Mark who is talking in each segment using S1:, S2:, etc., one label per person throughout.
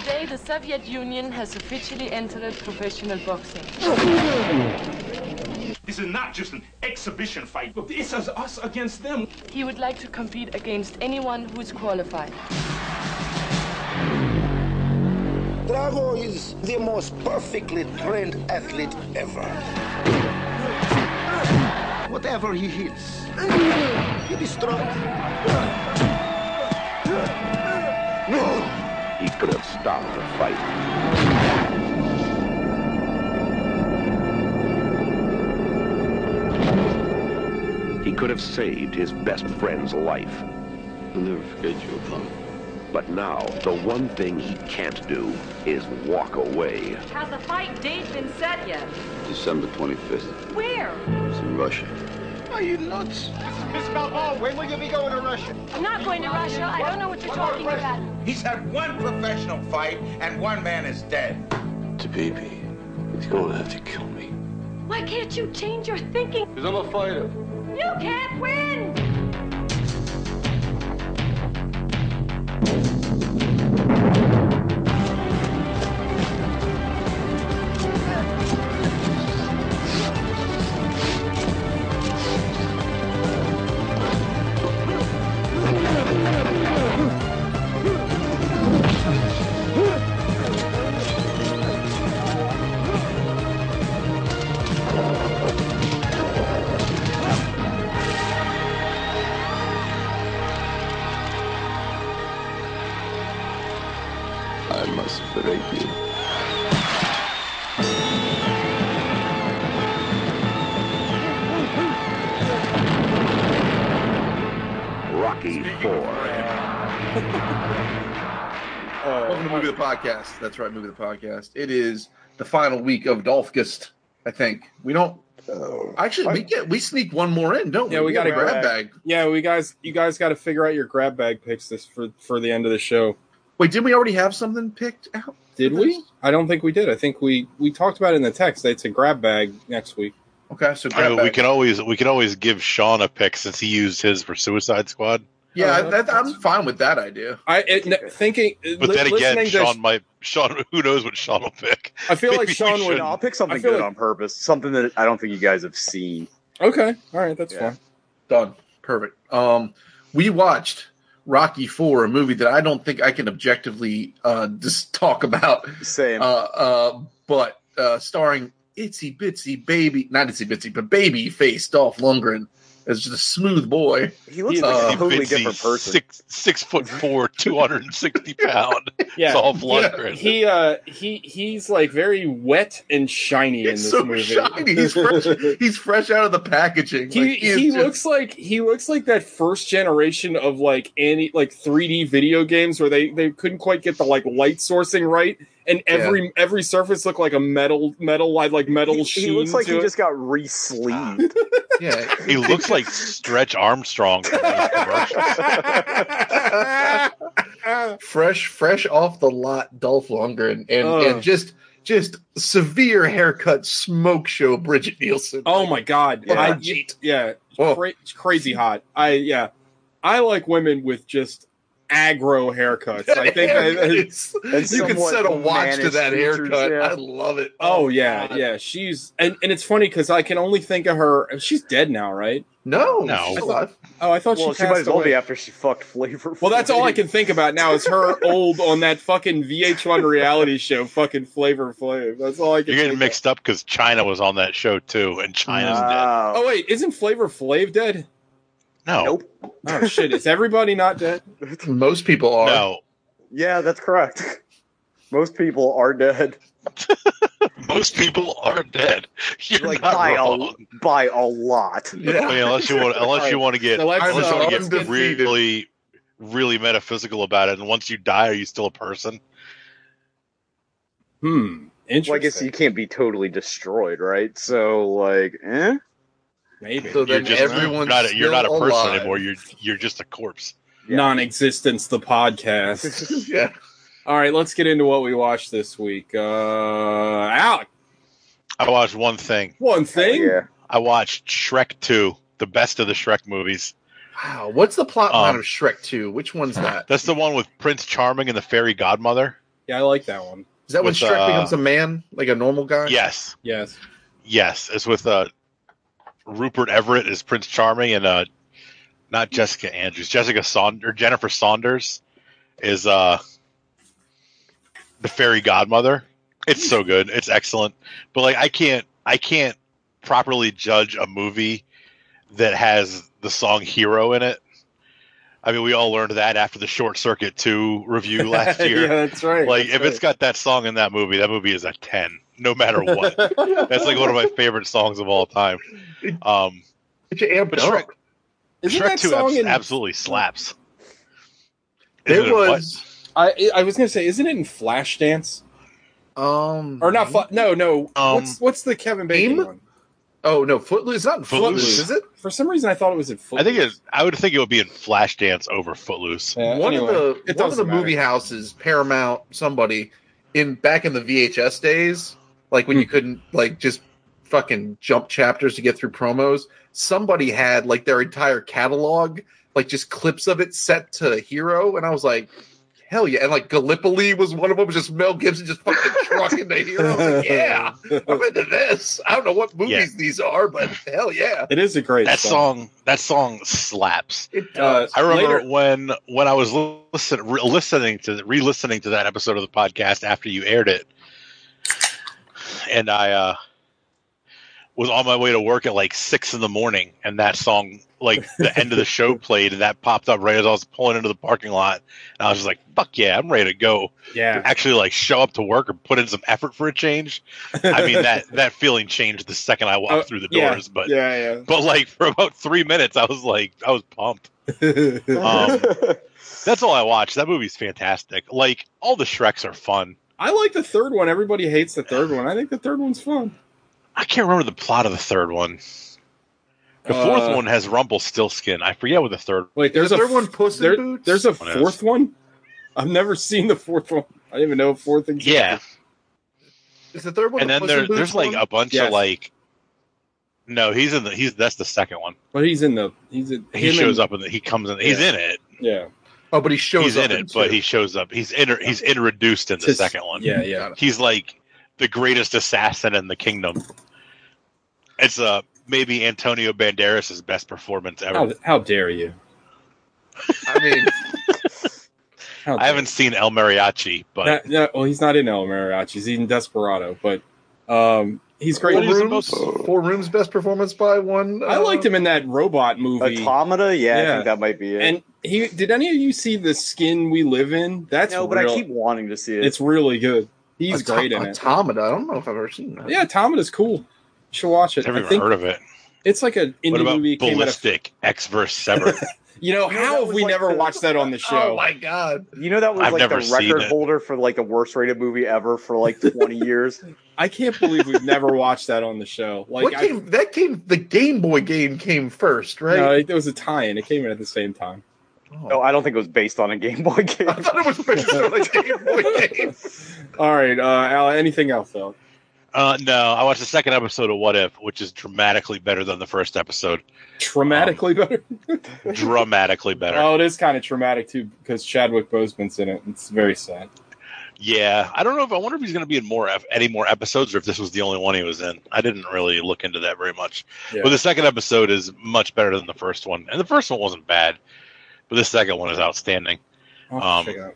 S1: Today, the Soviet Union has officially entered professional boxing.
S2: This is not just an exhibition fight. This is us against them.
S1: He would like to compete against anyone who is qualified.
S3: Drago is the most perfectly trained athlete ever. Whatever he hits, he destroys.
S4: He could have stopped the fight. He could have saved his best friend's life.
S5: I'll never forget you, Apollo.
S4: But now, the one thing he can't do is walk away.
S6: Has the fight date been set yet?
S5: December 25th.
S6: Where?
S5: It's in Russia.
S3: Are you nuts?
S2: Miss Balboa, when will you be going to Russia?
S6: I'm not going to Russia. I don't know what you're talking about.
S7: He's had one professional fight and one man is dead.
S5: To baby. He's gonna have to kill me.
S6: Why can't you change your thinking? Because I'm a fighter. You can't win!
S5: I must break you.
S4: Rocky 4.
S8: Welcome to Movie the Podcast. That's right, Movie the Podcast. It is the final week of Dolphgist, I think. We don't
S9: Oh,
S8: actually we get we sneak one more in, don't we?
S10: Yeah, we got a
S8: grab
S10: grab
S8: bag.
S10: Yeah, we guys, you guys got to figure out your grab bag picks this for for the end of the show.
S8: Wait, didn't we already have something picked out?
S10: Did we? I don't think we did. I think we we talked about it in the text. It's a grab bag next week.
S8: Okay, so
S9: I
S8: grab
S9: mean,
S8: bag.
S9: we can always we can always give Sean a pick since he used his for Suicide Squad.
S8: yeah,
S10: Uh,
S8: that, I'm fine with that idea.
S10: I it, n- thinking, uh,
S9: But then again,
S10: listening to-
S9: Sean might Sean. Who knows what Sean will pick?
S10: I feel
S9: Maybe
S10: like
S9: we
S10: Sean would.
S9: shouldn't.
S11: No, I'll pick
S10: I
S11: something
S10: feel
S11: good
S10: like-
S11: on purpose. Something that I don't think you guys have seen.
S10: Okay, all right, that's
S11: Yeah.
S10: fine.
S8: Done. Perfect. Um we watched Rocky Four, a movie that I don't think I can objectively uh just talk about.
S11: Same.
S8: Uh uh but uh starring itsy bitsy baby not itsy bitsy, but baby face Dolph Lundgren as just a smooth boy.
S11: he looks like
S8: uh,
S11: a totally
S9: Vinci,
S11: different person.
S9: Six six foot four, two hundred and sixty pound.
S10: Yeah.
S9: Dolph Lundgren.
S10: He uh he he's like very wet and shiny in
S8: He's
S10: this
S8: so
S10: movie.
S8: shiny. He's fresh. he's fresh out of the packaging.
S10: he,
S8: Like, is
S10: he
S8: just-
S10: looks like he looks like that first generation of like any like 3D video games where they they couldn't quite get the like light sourcing right, and every every surface looked like a metal metal like like metal
S11: He,
S10: sheen.
S11: he looks like
S10: to
S11: he
S10: it.
S11: just got re-sleeved.
S8: Yeah.
S9: he looks like Stretch Armstrong. from these commercials.
S8: fresh, fresh off the lot. Dolph Lundgren and
S10: Ugh.
S8: and just just severe haircut smoke show. Bridget Nielsen. oh.
S10: oh my god!
S8: Yeah.
S10: I- yeah,
S11: Oh.
S8: Whoa.
S10: cra- it's crazy hot. I yeah, I like women with just aggro haircuts. I think. I,
S8: It's-
S11: And
S8: you can
S11: somewhat
S8: set a watch to
S11: managed
S8: that
S11: features,
S8: haircut.
S11: yeah.
S8: I love it.
S10: Oh yeah,
S8: God.
S10: yeah. She's and, and it's funny because I can only think of her. She's dead now, right?
S8: No,
S9: No.
S8: she's alive.
S10: Oh, I thought
S11: well,
S10: she,
S11: she might
S10: passed
S11: as well
S10: away.
S11: be after she fucked Flavor.
S10: Well, that's all I can think about now is her old on that fucking VH1 reality show, fucking Flavor Flav. That's all I can.
S9: You're getting
S10: think
S9: mixed up because China was on that show too, and China's dead.
S11: Wow.
S10: Of. Oh wait, isn't Flavor Flav dead?
S9: No,
S11: Nope.
S10: Oh shit, is everybody not dead?
S8: Most people are.
S9: no.
S11: Yeah, that's correct. Most people are dead
S9: Most people are dead. You're
S11: like
S9: not
S11: by
S9: wrong.
S11: a by a lot.
S9: I mean, unless you want, unless you want to get,
S10: So let's,
S8: I
S9: unless you want
S8: I'm
S9: to get
S8: defeated.
S9: really, really metaphysical about it. And once you die, are you still a person?
S10: Hmm. Interesting.
S11: Well, I guess you can't be totally destroyed, right? So like, eh?
S10: Maybe
S8: So
S9: You're
S8: then
S9: just you're
S8: everyone's
S9: not, a, you're not a
S8: still
S9: person
S8: alive.
S9: anymore. You're you're just a corpse.
S10: non-existence. The podcast.
S8: yeah.
S10: all right, let's get into what we watched this week. Uh, Alec,
S9: I watched one thing.
S10: one thing.
S11: Yeah.
S9: I watched Shrek Two, the best of the Shrek movies.
S8: Wow. What's the plot line
S9: Um,
S8: of Shrek Two? Which one's that?
S9: That's the one with Prince Charming and the fairy godmother.
S10: Yeah, I like that one.
S8: Is that when
S9: With,
S8: Shrek
S9: uh,
S8: becomes a man, like a normal guy?
S9: Yes,
S10: Yes.
S9: yes. It's with uh, Rupert Everett as Prince Charming, and uh, not Jessica Andrews. Jessica Saunders, Jennifer Saunders, is uh, the fairy godmother. It's so good. It's excellent. But like, I can't, I can't properly judge a movie that has the song "Hero" in it. I mean, we all learned that after the Short Circuit Two review last year.
S10: yeah, that's right.
S9: like if
S10: that's
S9: it's got that song in that movie that movie is a 10 no matter what that's like one of my favorite songs of all time um
S8: Get your amp
S9: but
S8: up.
S9: shrek,
S10: Isn't
S9: shrek
S10: that
S9: 2
S10: song
S9: abs-
S10: in-
S9: absolutely slaps
S8: There
S9: Isn't it what?
S8: was
S10: I I was gonna say, isn't it in Flashdance
S8: um
S10: or not? Fla-
S11: Mm-hmm.
S10: no, no.
S9: Um,
S10: what's what's the Kevin Bacon
S8: Aim?
S10: one?
S8: Oh no, Footloose. It's not in Footloose,
S9: Footloose.
S8: is it?
S10: For some reason, I thought it was in.
S9: i
S10: Footloose.
S9: think it i would think it would be in flashdance over footloose
S10: Yeah,
S8: one
S10: anyway,
S8: of the
S10: it
S8: one of the
S10: doesn't matter.
S8: movie houses, Paramount, somebody in back in the VHS days, like when you
S9: Hmm.
S8: couldn't like just fucking jump chapters to get through promos. Somebody had like their entire catalog, like just clips of it set to Hero, and I was like, hell yeah! And like Gallipoli was one of them. Just Mel Gibson just fucking trucking the Hero. I was like, yeah, I'm into this. I don't know what movies
S9: Yeah.
S8: these are, but hell yeah,
S10: It is a great
S9: that
S10: song.
S9: song that song slaps
S8: it
S10: Uh,
S8: does.
S9: I remember
S10: Later-
S9: when when I was listen, re- listening to re-listening to that episode of the podcast after you aired it, and I uh, was on my way to work at like six in the morning, and that song, like the end of the show, played, and that popped up right as I was pulling into the parking lot, and I was just like, "Fuck yeah, I'm ready to go."
S10: Yeah.
S9: Actually, like show up to work or put in some effort for a change. I mean that that feeling changed the second I walked
S10: Oh,
S9: through the
S10: yeah,
S9: doors, but
S10: Yeah,
S9: but like for about three minutes, I was like, I was pumped.
S10: yeah.
S9: Um, that's all I watched. That movie's fantastic. Like all the Shreks are fun.
S10: I like the third one. Everybody hates the third one. I think the third one's fun.
S9: I can't remember the plot of the third one. The fourth
S10: Uh,
S9: one has Rumpelstiltskin. I forget what the third.
S10: Wait, there's
S8: The
S10: a
S8: third
S10: f-
S8: one, Puss in
S10: there-
S8: Boots?
S10: There's a
S9: One is.
S10: fourth one. I've never seen the fourth one. I didn't even know a fourth existed.
S9: Yeah,
S8: Is the third one?
S9: and
S8: the
S9: then
S8: Puss in
S9: there,
S8: Boots
S9: there's like
S8: one?
S9: a bunch
S10: Yes.
S9: of like. No, he's in the he's that's the second one.
S10: but he's in the he's in,
S9: He
S10: him
S9: shows
S10: and-
S9: up and he comes in. He's
S10: Yeah.
S9: in it.
S10: Yeah,
S8: Oh, but he shows
S9: He's
S8: up
S9: in it, but
S8: two.
S9: he shows up. He's inter, he's introduced in the
S10: Tis-
S9: second one.
S10: yeah, yeah.
S9: he's like the greatest assassin in the kingdom. It's uh maybe Antonio Banderas' best performance ever.
S10: How, how dare you?
S8: I mean,
S10: How
S9: I
S10: dare
S9: haven't seen El Mariachi,
S10: you.
S9: but
S10: That- that- well, he's not in El Mariachi. He's in Desperado, but um, he's great.
S8: four
S9: What is the
S8: rooms,
S9: most-
S8: four rooms, best performance by one. uh,
S10: I liked him in that robot movie.
S11: Automata? Yeah,
S10: Yeah.
S11: I think that might be it.
S10: And he did any of you see the skin we live in? That's
S11: no, but
S10: real-
S11: I keep wanting to see it.
S10: It's really good. He's
S8: Auto-
S10: great in it.
S8: Automata. I don't know if I've ever seen that.
S10: Yeah, Tom is cool. You should watch it.
S9: I've never
S10: I
S9: even
S10: think
S9: heard of it.
S10: it's like an
S9: What
S10: indie
S9: about
S10: movie. Came out of,
S9: Ballistic X vs. Sever?
S10: you know,
S11: No, that
S10: how have
S11: was
S10: we
S11: like
S10: never
S11: the-
S10: watched that on the
S8: Oh
S10: show?
S8: my god!
S11: you know that was
S9: I've
S11: like the
S9: never seen
S11: record
S9: it.
S11: holder for like the worst rated movie ever for like 20 years.
S10: I can't believe we've never watched that on the show. Like,
S8: what
S10: I,
S8: came? That came. The Game Boy game came first, right? Oh.
S10: no, it, it was a tie-in. It came in at the same time.
S11: No, I don't think it was based on a Game Boy game.
S8: I thought it was based on a Game Boy game.
S10: All right, uh, Al. Anything else though?
S9: uh, no, I watched the second episode of What If, which is dramatically better than the first episode.
S10: Traumatically better.
S9: Dramatically Um, better.
S10: Oh, it is kind of traumatic too because Chadwick Boseman's in it. It's very sad.
S9: yeah, I don't know if I wonder if he's going to be in more ep- any more episodes, or if this was the only one he was in. I didn't really look into that very much.
S10: Yeah.
S9: But the second episode is much better than the first one, and the first one wasn't bad, but the second one is outstanding.
S10: I'll
S9: um,
S10: check it out.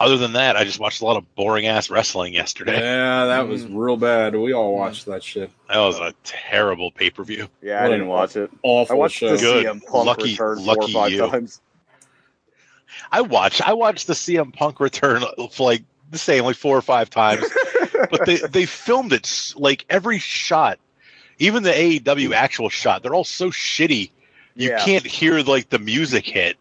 S9: Other than that, I just watched a lot of boring ass wrestling yesterday.
S10: yeah, that was real bad. We all watched that shit.
S9: That was a terrible pay per view.
S10: What
S11: Yeah, I
S10: an
S11: didn't watch it. I
S10: Awful
S11: watched
S10: show.
S11: the
S9: Good.
S11: CM Punk
S9: Lucky-
S11: return four or
S9: lucky
S11: five
S9: you.
S11: times.
S9: I watched I watched the CM Punk return for like the same like four or five times, but they they filmed it s- like every shot, even the AEW actual shot. They're all so shitty. You
S11: Yeah.
S9: can't hear like the music hit.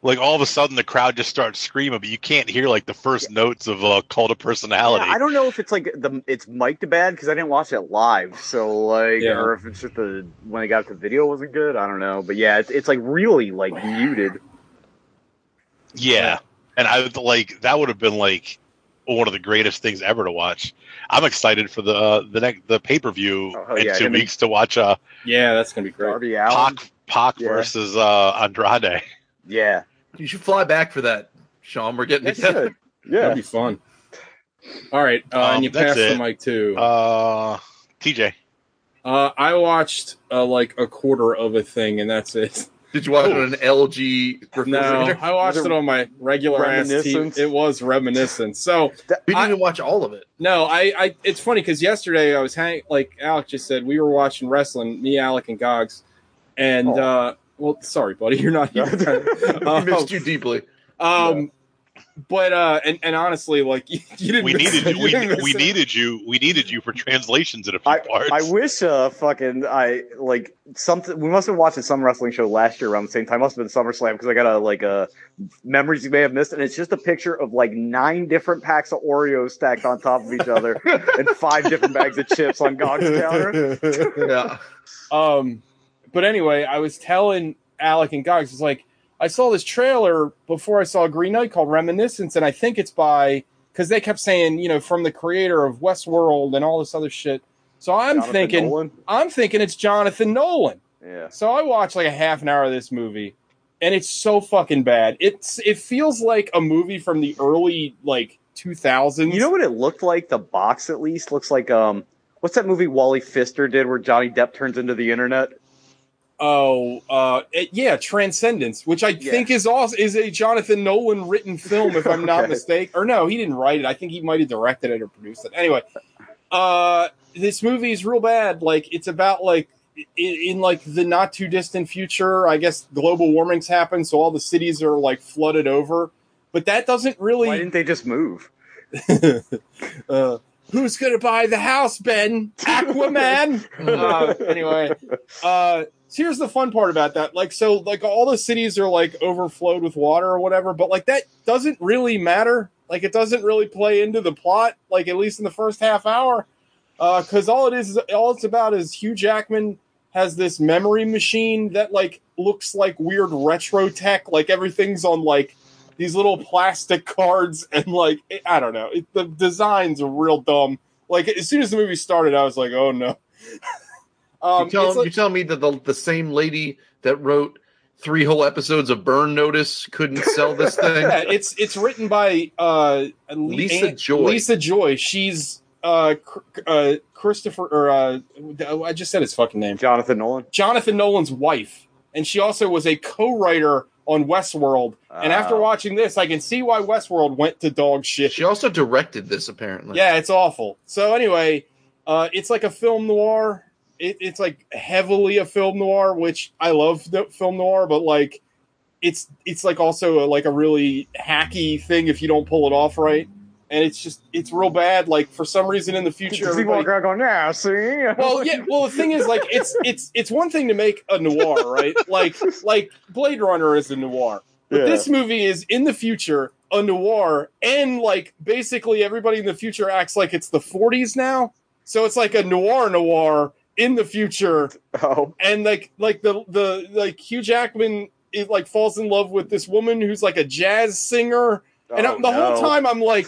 S9: Like all of a sudden the crowd just starts screaming, but you can't hear like the first notes of uh, cult of personality.
S11: Yeah, I don't know if it's like the it's mic'd bad because I didn't watch it live, so like,
S10: Yeah.
S11: or if it's just the when they got the video wasn't good. I don't know, but yeah, it's, it's like really like muted.
S9: yeah, and I would like that would have been like one of the greatest things ever to watch. I'm excited for the uh, the next the pay per view
S11: Oh,
S9: in
S11: yeah,
S9: two
S11: and the-
S9: weeks to watch. Uh,
S10: Yeah, that's gonna be great.
S11: Darby Allen,
S9: Pac, Pac
S11: Yeah.
S9: versus uh, Andrade.
S11: yeah,
S8: You should fly back for that. Sean, we're getting
S10: That's
S8: together.
S10: Yeah. That'd be fun. All right, uh,
S9: Um,
S10: and you
S9: that's
S10: pass the
S9: it.
S10: mic too.
S9: Uh, TJ.
S10: Uh, I watched uh, like a quarter of a thing, and that's it.
S8: Did you watch it on an LG
S10: No,
S8: refrigerator?
S10: I watched
S11: Was
S10: it
S11: it
S10: on my regular ass TV.
S11: Reminiscence?
S10: It was reminiscent. So
S8: We didn't even watch all of it.
S10: no, I, I it's funny because yesterday I was hang like Alec just said we were watching wrestling, me, Alec, and Gogs, and uh, well, sorry, buddy, you're not here.
S8: We
S10: Um,
S8: missed you deeply.
S10: um, but uh, and, and honestly, like you, didn't.
S9: We
S10: miss-
S9: needed you.
S10: you didn't
S9: We,
S10: miss
S9: we
S10: it.
S9: needed you. We needed you for translations in a few
S11: I,
S9: parts.
S11: I wish uh fucking I like something we must have been watching some wrestling show last year around the same time. Must have been SummerSlam because I got a like a memories you may have missed, and it's just a picture of like nine different packs of Oreos stacked on top of each other and five different bags of chips on Gog's counter.
S8: Yeah.
S10: Um, but anyway, I was telling Alec and Gogs, it's like I saw this trailer before I saw Green Knight called Reminiscence, and I think it's by because they kept saying you know from the creator of Westworld and all this other shit. So I'm
S11: Jonathan
S10: thinking,
S11: Nolan?
S10: I'm thinking it's Jonathan Nolan.
S11: yeah,
S10: So I watched like a half an hour of this movie, and it's so fucking bad. It's it feels like a movie from the early like 2000s.
S11: you know what it looked like? The box at least looks like um, what's that movie Wally Pfister did where Johnny Depp turns into the internet?
S10: Oh, uh, it- yeah, Transcendence, which I
S11: Yeah.
S10: think is also is a Jonathan Nolan written film, if I'm not
S11: Okay.
S10: mistaken. Or no, he didn't write it. I think he might have directed it or produced it. Anyway, uh, this movie is real bad. Like it's about like i- in like the not too distant future. I guess global warming's happened, so all the cities are like flooded over. But that doesn't really.
S11: Why didn't they just move?
S10: Uh, who's gonna buy the house, Ben? Aquaman. uh, anyway, uh, so here's the fun part about that. Like, so like all the cities are like overflowed with water or whatever, but like that doesn't really matter. Like, it doesn't really play into the plot. Like, at least in the first half hour, because all it is, is all it's about is Hugh Jackman has this memory machine that like looks like weird retro tech. Like everything's on like these little plastic cards and like it, I don't know. It, the designs are real dumb. Like as soon as the movie started, I was like, oh no. um,
S8: you, tell,
S10: it's like-
S8: you tell me that the, the same lady that wrote three whole episodes of Burn Notice couldn't sell this thing?
S10: yeah, it's it's written by uh, Le-
S8: Lisa
S10: Aunt-
S8: Joy.
S10: Lisa Joy. She's uh, Cr- uh, Christopher or uh, I just said his fucking name.
S11: Jonathan Nolan.
S10: Jonathan Nolan's wife, and she also was a co-writer on Westworld. and after
S11: Ah.
S10: watching this, I can see why Westworld went to dog shit.
S8: She also directed this, apparently.
S10: Yeah, it's awful. So anyway, uh, it's like a film noir. It, it's like heavily a film noir, which I love the film noir, but like it's it's like also a, like a really hacky thing if you don't pull it off right. And it's just it's real bad. Like for some reason in the future,
S11: Does he walk
S10: everybody-
S11: around going, yeah, see?
S10: well, yeah. Well, the thing is, like, it's it's it's one thing to make a noir, right? Like, like Blade Runner is a noir. But
S11: Yeah.
S10: this movie is in the future, a noir, and like basically everybody in the future acts like it's the 40s now. So it's like a noir noir in the future,
S11: Oh,
S10: and like like the the like Hugh Jackman it like falls in love with this woman who's like a jazz singer, and
S11: Oh,
S10: I, the
S11: no.
S10: whole time I'm like.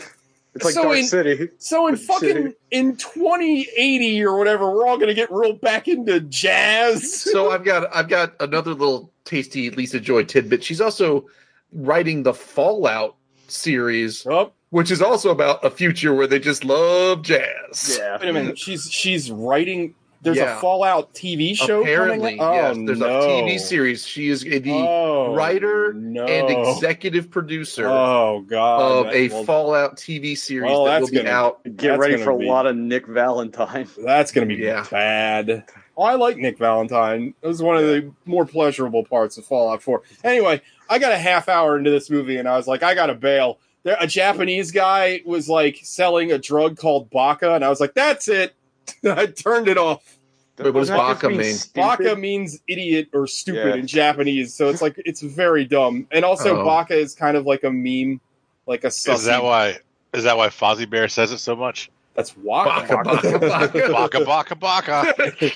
S11: it's like
S10: so
S11: Dark
S10: in-
S11: City.
S10: So in
S11: Let's
S10: fucking
S11: see.
S10: in 2080 or whatever, we're all gonna get rolled back into jazz.
S8: So I've got I've got another little tasty Lisa Joy tidbit. She's also writing the Fallout series,
S10: Oh,
S8: which is also about a future where they just love jazz.
S11: Yeah.
S10: wait a minute. She's she's writing. There's
S8: Yeah.
S10: a Fallout TV show.
S8: Apparently,
S10: coming out?
S8: yes.
S10: Oh,
S8: There's
S10: no.
S8: a TV series. She is the
S10: Oh,
S8: writer
S10: no.
S8: and executive producer
S10: Oh god.
S8: of a
S10: That- well,
S8: Fallout TV series
S10: well,
S8: that will
S10: that's
S8: be
S10: gonna-
S8: out.
S11: Get
S10: That's
S11: ready
S10: gonna
S11: for a
S10: be-
S11: lot of Nick Valentine.
S10: that's gonna be
S8: Yeah.
S10: bad. Oh, I like Nick Valentine. It was one of the more pleasurable parts of Fallout 4. Anyway, I got a half hour into this movie and I was like, I gotta bail. There, a Japanese guy was like selling a drug called Baka, and I was like, that's it. I turned it off.
S8: Wait, what does
S11: Doesn't that just
S8: Baka mean?
S11: stupid?
S10: Baka means idiot or stupid
S11: Yeah.
S10: in Japanese, so it's like it's very dumb. And also,
S8: Oh.
S10: Baka is kind of like a meme, like a sussy.
S9: Is that why? Is that why Fozzie Bear says it so much?
S10: That's Waka.
S8: Baka, Baka, Baka.
S9: Baka baka baka.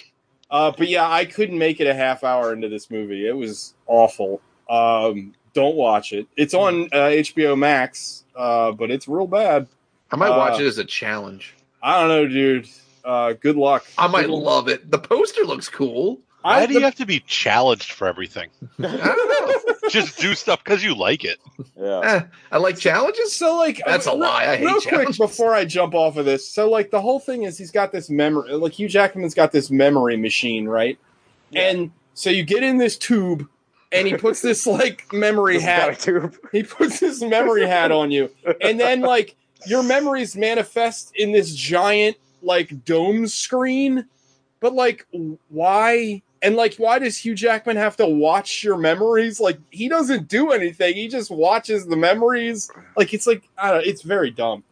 S10: Uh, but yeah, I couldn't make it a half hour into this movie. It was awful. Um, don't watch it. It's on uh, HBO Max, uh, but it's real bad.
S8: I might watch
S10: Uh,
S8: it as a challenge.
S10: I don't know, dude. Uh, good luck.
S8: I might
S10: Good-
S8: love it. The poster looks cool.
S9: Why do you have to be challenged for everything? Just do stuff because you like it.
S8: Eh, I like challenges.
S10: So like
S8: That's a
S10: re-
S8: lie. I hate
S10: real
S8: challenges.
S10: quick before I jump off of this. So like the whole thing is he's got this memory. Like Hugh Jackman's got this memory machine, right? And so you get in this tube, and he puts this like memory hat. He puts his memory hat on you, and then like your memories manifest in this giant like dome screen. But like, why? And like, why does Hugh Jackman have to watch your memories? Like, he doesn't do anything. He just watches the memories. Like, it's like I don't. know, It's very dumb.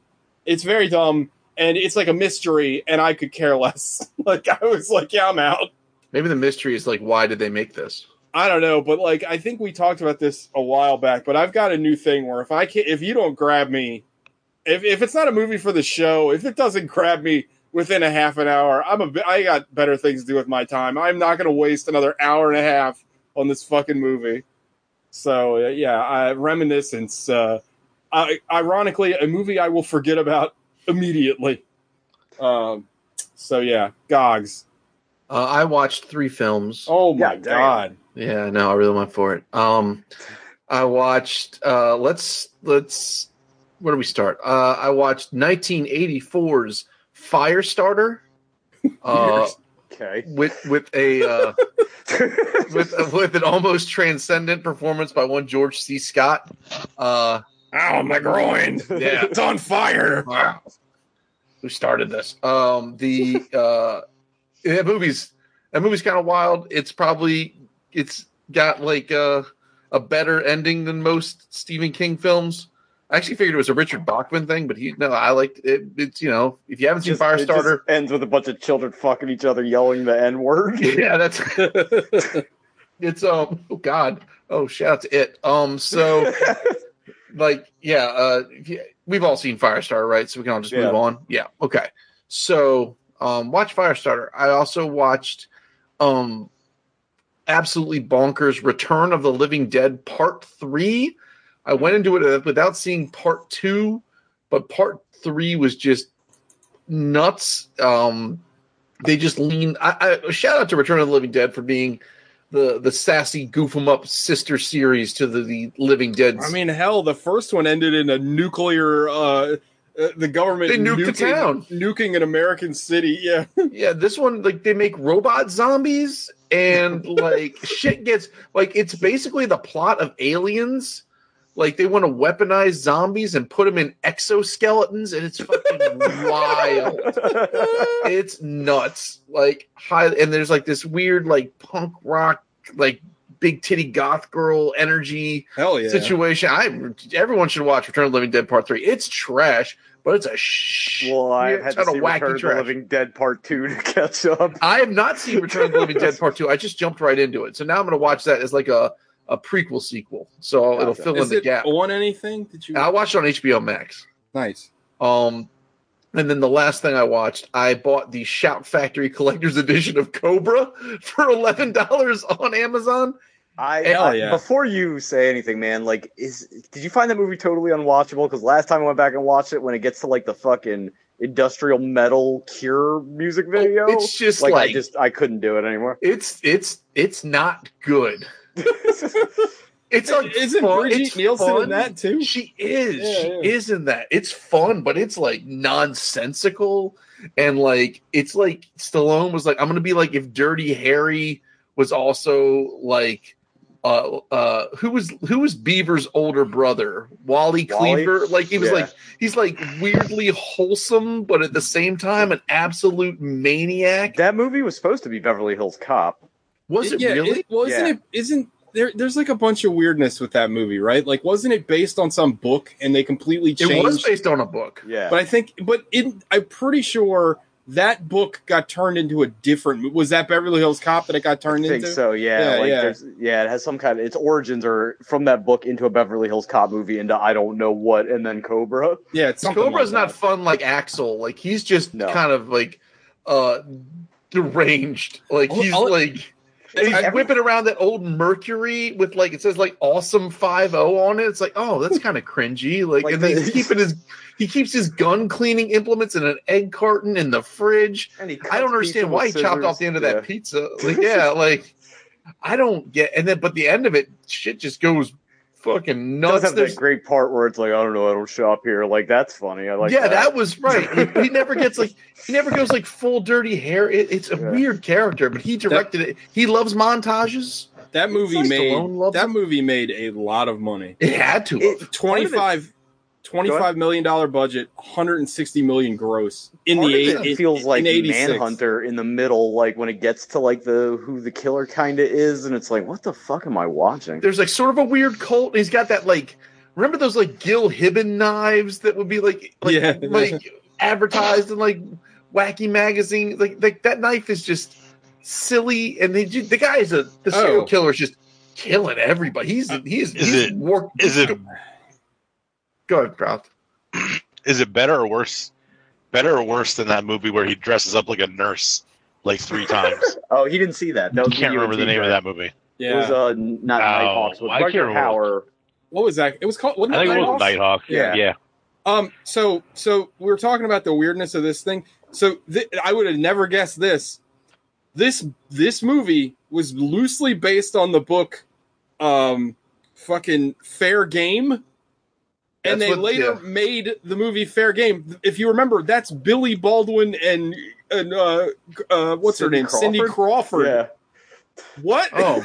S10: It's very dumb, and it's like a mystery. And I could care less. like, I was like, yeah, I'm out.
S8: Maybe the mystery is like, why did they make this?
S10: I don't know, but like, I think we talked about this a while back. But I've got a new thing where if I can, if you don't grab me, if if it's not a movie for the show, if it doesn't grab me within a half an hour, I'm a bi- I got better things to do with my time. I'm not going to waste another hour and a half on this fucking movie. So uh, yeah, I, reminiscence. Uh, I, ironically, a movie I will forget about immediately. Um, so yeah, Gogs.
S8: Uh, I watched three films.
S10: Oh my
S11: God damn.
S10: god.
S8: Yeah, no, I really went for it. Um, I watched. Uh, let's let's. Where do we start? Uh, I watched 1984's Firestarter. Uh,
S11: Okay.
S8: with with a uh, with with an almost transcendent performance by one George C. Scott. Uh,
S10: Ow, my groin.
S8: yeah,
S10: It's on fire.
S8: who started this. Um, the uh, that movie's that movie's kind of wild. It's probably it's got like a, a better ending than most Stephen King films. I actually figured it was a Richard Bachman thing, but he no, I liked it. It's you know if you haven't seen
S11: Just- it
S8: Firestarter,
S11: just ends with a bunch of children fucking each other, yelling the N word.
S8: yeah, that's it's um oh god oh shout out to it um so like yeah uh if you- we've all seen Firestarter right so we can all just
S11: Yeah.
S8: move on yeah okay so um watch Firestarter I also watched um absolutely bonkers Return of the Living Dead Part Three I went into it uh, without seeing Part Two but Part Three was just nuts um they just lean. I, I shout out to Return of the Living Dead for being the the sassy goof 'em up sister series to the, the Living Dead.
S10: I mean, hell, the first one ended in a nuclear. Uh, uh, the government
S8: They nuked the
S10: nuking,
S8: town.
S10: nuking an American city. Yeah,
S8: yeah, this one like they make robot zombies and like shit gets like it's basically the plot of Aliens. Like they want to weaponize zombies and put them in exoskeletons, and it's fucking wild. uh, it's nuts. Like high, and there's like this weird like punk rock like big titty goth girl energy
S10: hell yeah.
S8: situation. I everyone should watch Return of the Living Dead Part Three. It's trash, but it's a sh-
S11: Well, I
S8: weird
S11: had to
S8: ton
S11: see
S8: of wacky
S11: Return of the
S8: trash.
S11: Living Dead Part Two to catch up.
S8: I have not seen Return of the Living Dead Part Two. I just jumped right into it, so now I'm going to watch that as like a a prequel sequel. So it'll
S11: Gotcha.
S8: fill in
S10: Is
S8: the
S10: it
S8: gap.
S10: on anything? Did you?
S8: I watched it on HBO Max.
S10: nice.
S8: Um, and then the last thing I watched, I bought the Shout Factory Collector's Edition of Cobra for eleven dollars on Amazon.
S11: I,
S10: Hell
S11: I-
S10: yeah.
S11: before you say anything, man, like, is did you find that movie totally unwatchable? Because last time I went back and watched it, when it gets to like the fucking industrial metal cure music video,
S8: Oh, it's just
S11: like,
S8: like-
S11: I just I couldn't do it anymore.
S8: It's it's it's not good. It's like
S10: Isn't
S8: fun-
S10: Brigitte
S8: it's
S10: Nielsen in
S8: fun.
S10: that too?
S8: She is.
S10: Yeah,
S8: she
S10: yeah.
S8: is in that. It's fun, but it's like nonsensical and like it's like Stallone was like, I'm gonna be like if Dirty Harry was also like uh uh who was who was Beaver's older brother? Wally
S11: Wally?
S8: Cleaver. Like he was
S11: Yeah.
S8: like he's like weirdly wholesome, but at the same time an absolute maniac.
S11: That movie was supposed to be Beverly Hills Cop.
S8: Was it
S10: yeah,
S8: really?
S10: It, well, isn't
S11: Yeah.
S10: it? Isn't there? There's like a bunch of weirdness with that movie, right? Like, wasn't it based on some book and they completely
S8: It
S10: changed?
S8: was based on a book.
S11: Yeah,
S10: but I think, but it, I'm pretty sure that book got turned into a different. mo- Was that Beverly Hills Cop that it got turned
S11: I think
S10: into?
S11: so. Yeah,
S10: Yeah,
S11: like
S10: yeah.
S11: there's yeah, it has some kind of its origins are from that book into a Beverly Hills Cop movie into I don't know what, and then Cobra.
S10: Yeah, it's something
S8: Cobra's
S10: like
S8: not
S10: that.
S8: fun like Axel. Like he's just
S11: No.
S8: kind of like uh deranged. Like
S10: I'll-
S8: he's
S10: I'll-
S8: like And he's whipping around that old Mercury with like it says like awesome 50 on it. It's like, oh, that's kind of cringy. Like, and then he's keeping his he keeps his gun cleaning implements in an egg carton in the fridge.
S11: And he
S8: I don't
S11: cuts pizza
S8: understand why he
S11: with
S8: chopped off
S11: scissors.
S8: the end of
S11: Yeah.
S8: that pizza. Like, yeah, like I don't get and then but the end of it, shit just goes fucking
S11: Does
S8: nuts.
S11: have
S8: There's
S11: that great part where it's like, I don't know, I don't shop here. Like that's funny. I like.
S8: yeah, that.
S11: that
S8: was right. He, he never gets like he never goes like full dirty hair. It, it's a weird character, but he directed it. He loves montages.
S10: That movie
S8: Sylvester Stallone
S10: made that movie made a lot of money.
S8: It had to. have.
S10: 25 $25 million dollar budget, 160 million gross in
S11: Part
S10: the
S11: of
S10: eight,
S11: it feels like
S10: in 86.
S11: Manhunter in the middle, like when it gets to like the who the killer kind of is, and it's like, what the fuck am I watching?
S8: There's like sort of a weird cult. He's got that like remember those like Gil Hibben knives that would be like like,
S10: Yeah.
S8: like advertised in like wacky magazines. Like like that knife is just silly, and they ju- the guy is a the serial
S9: Oh.
S8: killer is just killing everybody. He's he's
S9: Is
S8: he's
S9: it-
S8: war-
S9: is it-
S8: Go ahead, Prout.
S9: Is it better or worse? Better or worse than that movie where he dresses up like a nurse like three times?
S11: Oh, he didn't see that. That was
S9: Can't
S11: when you
S9: remember
S11: and
S9: the
S11: T
S9: name of
S11: drank.
S9: that movie.
S10: Yeah.
S11: It was uh, not
S9: Oh,
S11: Nighthawks,
S9: I
S11: but
S9: can't
S11: Rucker
S9: remember.
S11: Power.
S10: What was that? It was called. Wasn't
S9: I
S10: it
S9: think it was
S10: Nighthawks?
S9: Nighthawk.
S10: Yeah.
S9: yeah.
S10: Um. So so we were talking about the weirdness of this thing. So th- I would have never guessed this. This this movie was loosely based on the book, um, fucking Fair Game.
S8: That's
S10: And they
S8: what-
S10: later
S8: yeah.
S10: made the movie Fair Game. If you remember, that's Billy Baldwin and and uh, uh what's her
S11: Cindy
S10: name, Cindy Crawford.
S11: Yeah.
S10: What?
S8: Oh.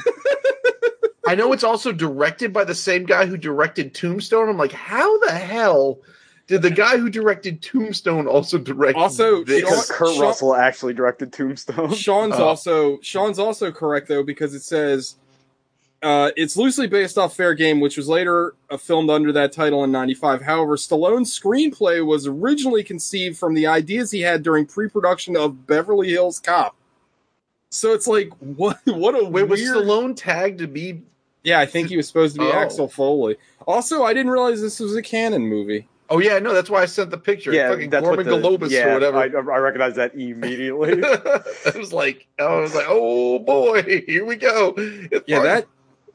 S8: I know it's also directed by the same guy who directed Tombstone. I'm like, how the hell did the guy who directed Tombstone also direct
S10: Also,
S8: this?
S10: Sean-
S11: Because Kurt
S10: Sean-
S11: Russell actually directed Tombstone.
S10: Sean's
S8: Oh.
S10: also Sean's also correct though because it says uh, it's loosely based off Fair Game, which was later uh, filmed under that title in '95. However, Stallone's screenplay was originally conceived from the ideas he had during pre-production of Beverly Hills Cop. So it's like what? What a
S8: Wait,
S10: weird.
S8: was Stallone tagged to be
S10: yeah, I think he was supposed to be
S8: Oh.
S10: Axel Foley. Also, I didn't realize this was a canon movie.
S8: Oh yeah, no, that's why I sent the picture.
S11: yeah,
S8: Fucking
S11: that's what
S8: Gorman
S11: the,
S8: Globus
S11: yeah,
S8: or whatever.
S11: I,
S8: I,
S11: I recognize that immediately.
S8: was like, I was like, oh boy, here we go. It's
S10: Yeah,
S8: like-
S10: that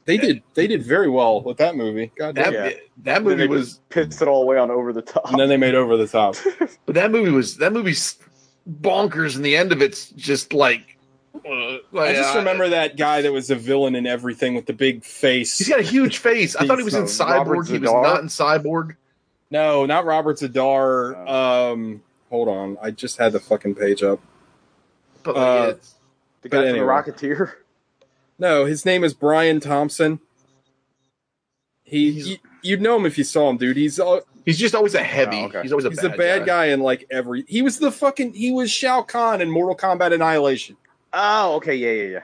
S10: they did. They did very well with that movie. God
S8: that
S10: damn.
S11: yeah.
S8: that
S11: And then
S8: movie
S11: they
S8: was
S11: pissed it all the way on over the top.
S10: And then they made over the top.
S8: But that movie was that movie's bonkers, and the end of it's just like, uh, like,
S10: I just
S8: uh,
S10: remember that guy that was a villain in everything with the big
S8: He's
S10: face.
S8: got a huge face. I thought he was in
S11: He's, uh, Robert
S8: Cyborg. He was
S11: Zadar.
S8: not in Cyborg.
S10: No, not Robert Zadar.
S8: Oh.
S10: Um, hold on, I just had the fucking page up.
S8: But
S10: Uh,
S8: like, it's-
S11: the guy
S10: anyway.
S11: from the Rocketeer.
S10: No, his name is Brian Thompson. He,
S8: He's-
S10: you- you'd know him if you saw him, dude. He's al-
S8: he's just always a heavy.
S11: Oh, okay.
S8: He's always a
S10: he's
S8: bad
S10: a bad guy.
S8: guy.
S10: in like every. He was the fucking. He was Shao Kahn in Mortal Kombat Annihilation.
S11: Oh, okay, yeah, yeah, yeah.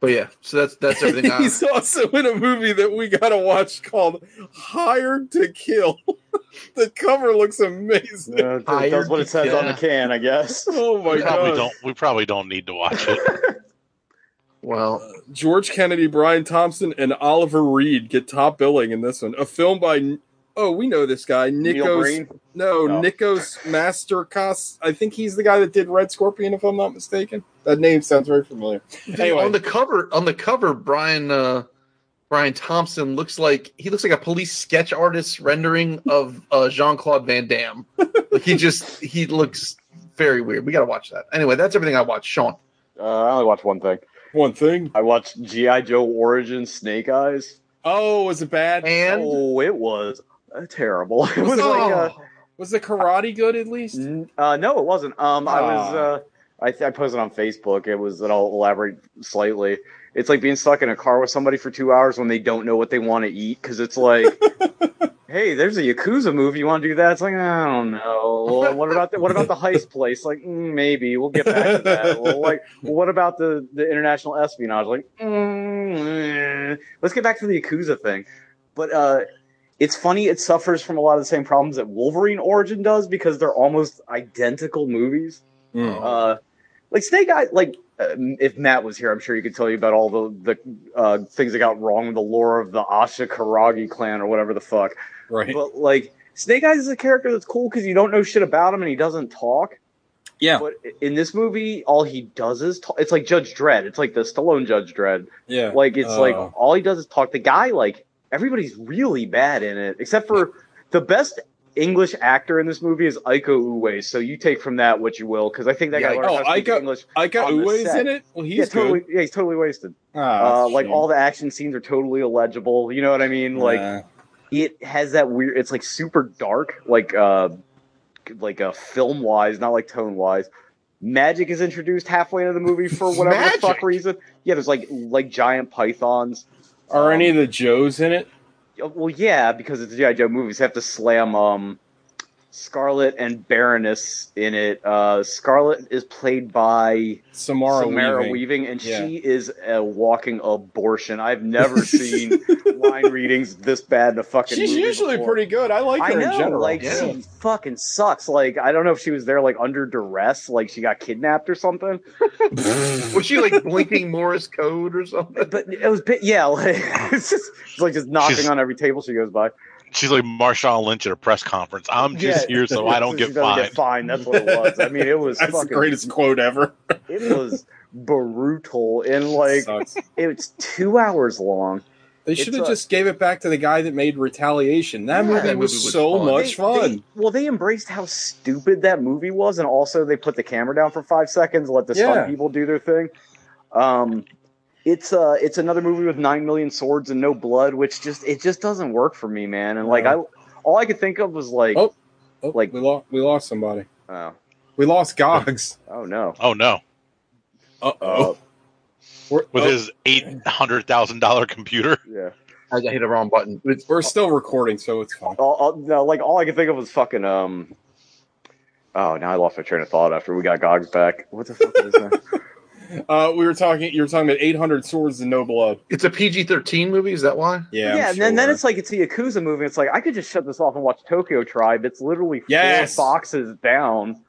S8: But yeah, so that's that's everything. I,
S10: he's also in a movie that we gotta watch called Hired to Kill. the cover looks amazing.
S11: Uh, that- that's what it says on the
S8: Yeah.
S11: can, I guess.
S10: Oh my
S9: We probably
S10: god!
S9: don't. We probably don't need to watch it.
S8: well,
S10: George Kennedy, Brian Thompson, and Oliver Reed get top billing in this one. A film by oh, we know this guy,
S11: Neil
S10: Nikos.
S11: Breen.
S10: No,
S11: No.
S10: Nikos Mastercos. I think he's the guy that did Red Scorpion, if I'm not mistaken. That name sounds very familiar. Anyway,
S8: on the cover, on the cover, Brian uh, Brian Thompson looks like he looks like a police sketch artist rendering of uh, Jean Claude Van Damme. like he just he looks very weird. We gotta watch that. Anyway, that's everything I watched. Sean,
S11: Uh, I only watched one thing.
S10: one thing.
S11: I watched GI Joe Origin Snake Eyes.
S10: Oh, was it bad?
S8: and
S11: Oh, it was uh, terrible. It was
S8: Oh.
S11: like uh,
S10: Was the karate good at least?
S11: N- Uh, no, it wasn't. Um, I was.
S10: Ah.
S11: Uh, I, th- I posted on Facebook. It was. And I'll elaborate slightly. It's like being stuck in a car with somebody for two hours when they don't know what they want to eat because it's like, hey, there's a yakuza movie. You want to do that? It's like I don't know. Well, what about the, what about the heist place? Like mm, maybe we'll get back to that. Well, like well, what about the the international espionage? Like mm, eh. let's get back to the yakuza thing. But uh, it's funny it suffers from a lot of the same problems that Wolverine Origin does because they're almost identical movies.
S10: Mm.
S11: Uh, like Snake Eyes, like uh, if Matt was here, I'm sure he could tell you about all the the uh, things that got wrong with the lore of the Asha Karagi clan or whatever the fuck.
S10: Right.
S11: But like Snake Eyes is a character that's cool because you don't know shit about him and he doesn't talk.
S12: Yeah.
S11: But in this movie, all he does is talk. It's like Judge Dredd. It's like the Stallone Judge Dredd.
S12: Yeah.
S11: Like it's like
S12: Oh.
S11: all he does is talk. The guy, like everybody's really bad in it, except for the best English actor in this movie is Iko Uwe. So you take from that what you will, because I think that guy
S10: Yeah.
S11: learned
S10: Oh,
S11: how to speak
S10: Iko-
S11: English.
S10: Iko
S11: on the
S10: Uwe's
S11: set.
S10: in it? Well, he's
S11: yeah, totally.
S10: good. Oh,
S11: Yeah, he's totally wasted.
S12: Ah,
S11: uh, like
S12: shame.
S11: all the action scenes are totally illegible. You know what I mean? Like
S12: Yeah.
S11: it has that weird. It's like super dark. Like uh, like uh, film wise, not like tone wise. Magic is introduced halfway into the movie for whatever the fuck reason. Yeah, there's like like giant pythons. Oh,
S10: Are any
S11: um,
S10: of the Joes in it?
S11: Well, yeah, because it's a GI Joe movies. They have to slam um, Scarlet and Baroness in it. Uh, Scarlet is played by
S10: Samara Weaving.
S11: and
S10: Yeah.
S11: she is a walking abortion. I've never seen line readings this bad in a fucking.
S10: She's
S11: movie
S10: usually
S11: before.
S10: pretty good. I like
S11: I
S10: her
S11: know,
S10: in general.
S11: like she fucking sucks. Like I don't know if she was there like under duress, like she got kidnapped or something.
S8: was she like blinking Morris code or something?
S11: But it was, bit- yeah, like it's just it's like just knocking
S9: She's-
S11: on every table she goes by.
S9: She's like Marshawn Lynch at a press conference. I'm just
S11: Yeah.
S9: here so I
S11: So
S9: don't
S11: she
S9: get
S11: doesn't
S9: fined.
S11: fined. That's what it was. I mean, it was
S10: That's
S11: fucking
S10: the greatest quote ever.
S11: It was brutal and like it's two hours long.
S10: They
S11: It's
S10: should have
S11: a-
S10: just gave it back to the guy that made Retaliation. That, movie,
S11: that
S10: was
S11: movie was
S10: so
S11: fun.
S10: much
S11: They- they-
S10: fun.
S11: well, they embraced how stupid that movie was, and also they put the camera down for five seconds, let the
S10: Yeah.
S11: stunt people do their thing. Um, it's uh, it's another movie with nine million swords and no blood, which just it just doesn't work for me, man. And like I,
S10: No.
S11: all I could think of was like,
S10: Oh, oh,
S11: like
S10: we lost we lost somebody.
S11: Oh,
S10: we lost Gogs.
S11: Oh no!
S9: Oh no!
S11: Uh,
S9: Uh-oh. With
S8: oh.
S9: his eight hundred thousand dollar computer.
S11: Yeah.
S8: I hit the wrong button.
S10: We're still recording, so it's fine.
S11: all, all, no, like all I could think of was fucking um. Oh, now I lost my train of thought after we got Gogs back. What the fuck is that?
S10: Uh, we were talking. You were talking about 800 swords and no blood.
S8: It's a PG-13 movie. Is that why?
S10: Yeah.
S11: yeah,
S10: I'm
S11: and then, then
S10: sure.
S11: it's like it's a Yakuza movie. It's like I could just shut this off and watch Tokyo Tribe. It's literally
S10: Yes.
S11: four boxes down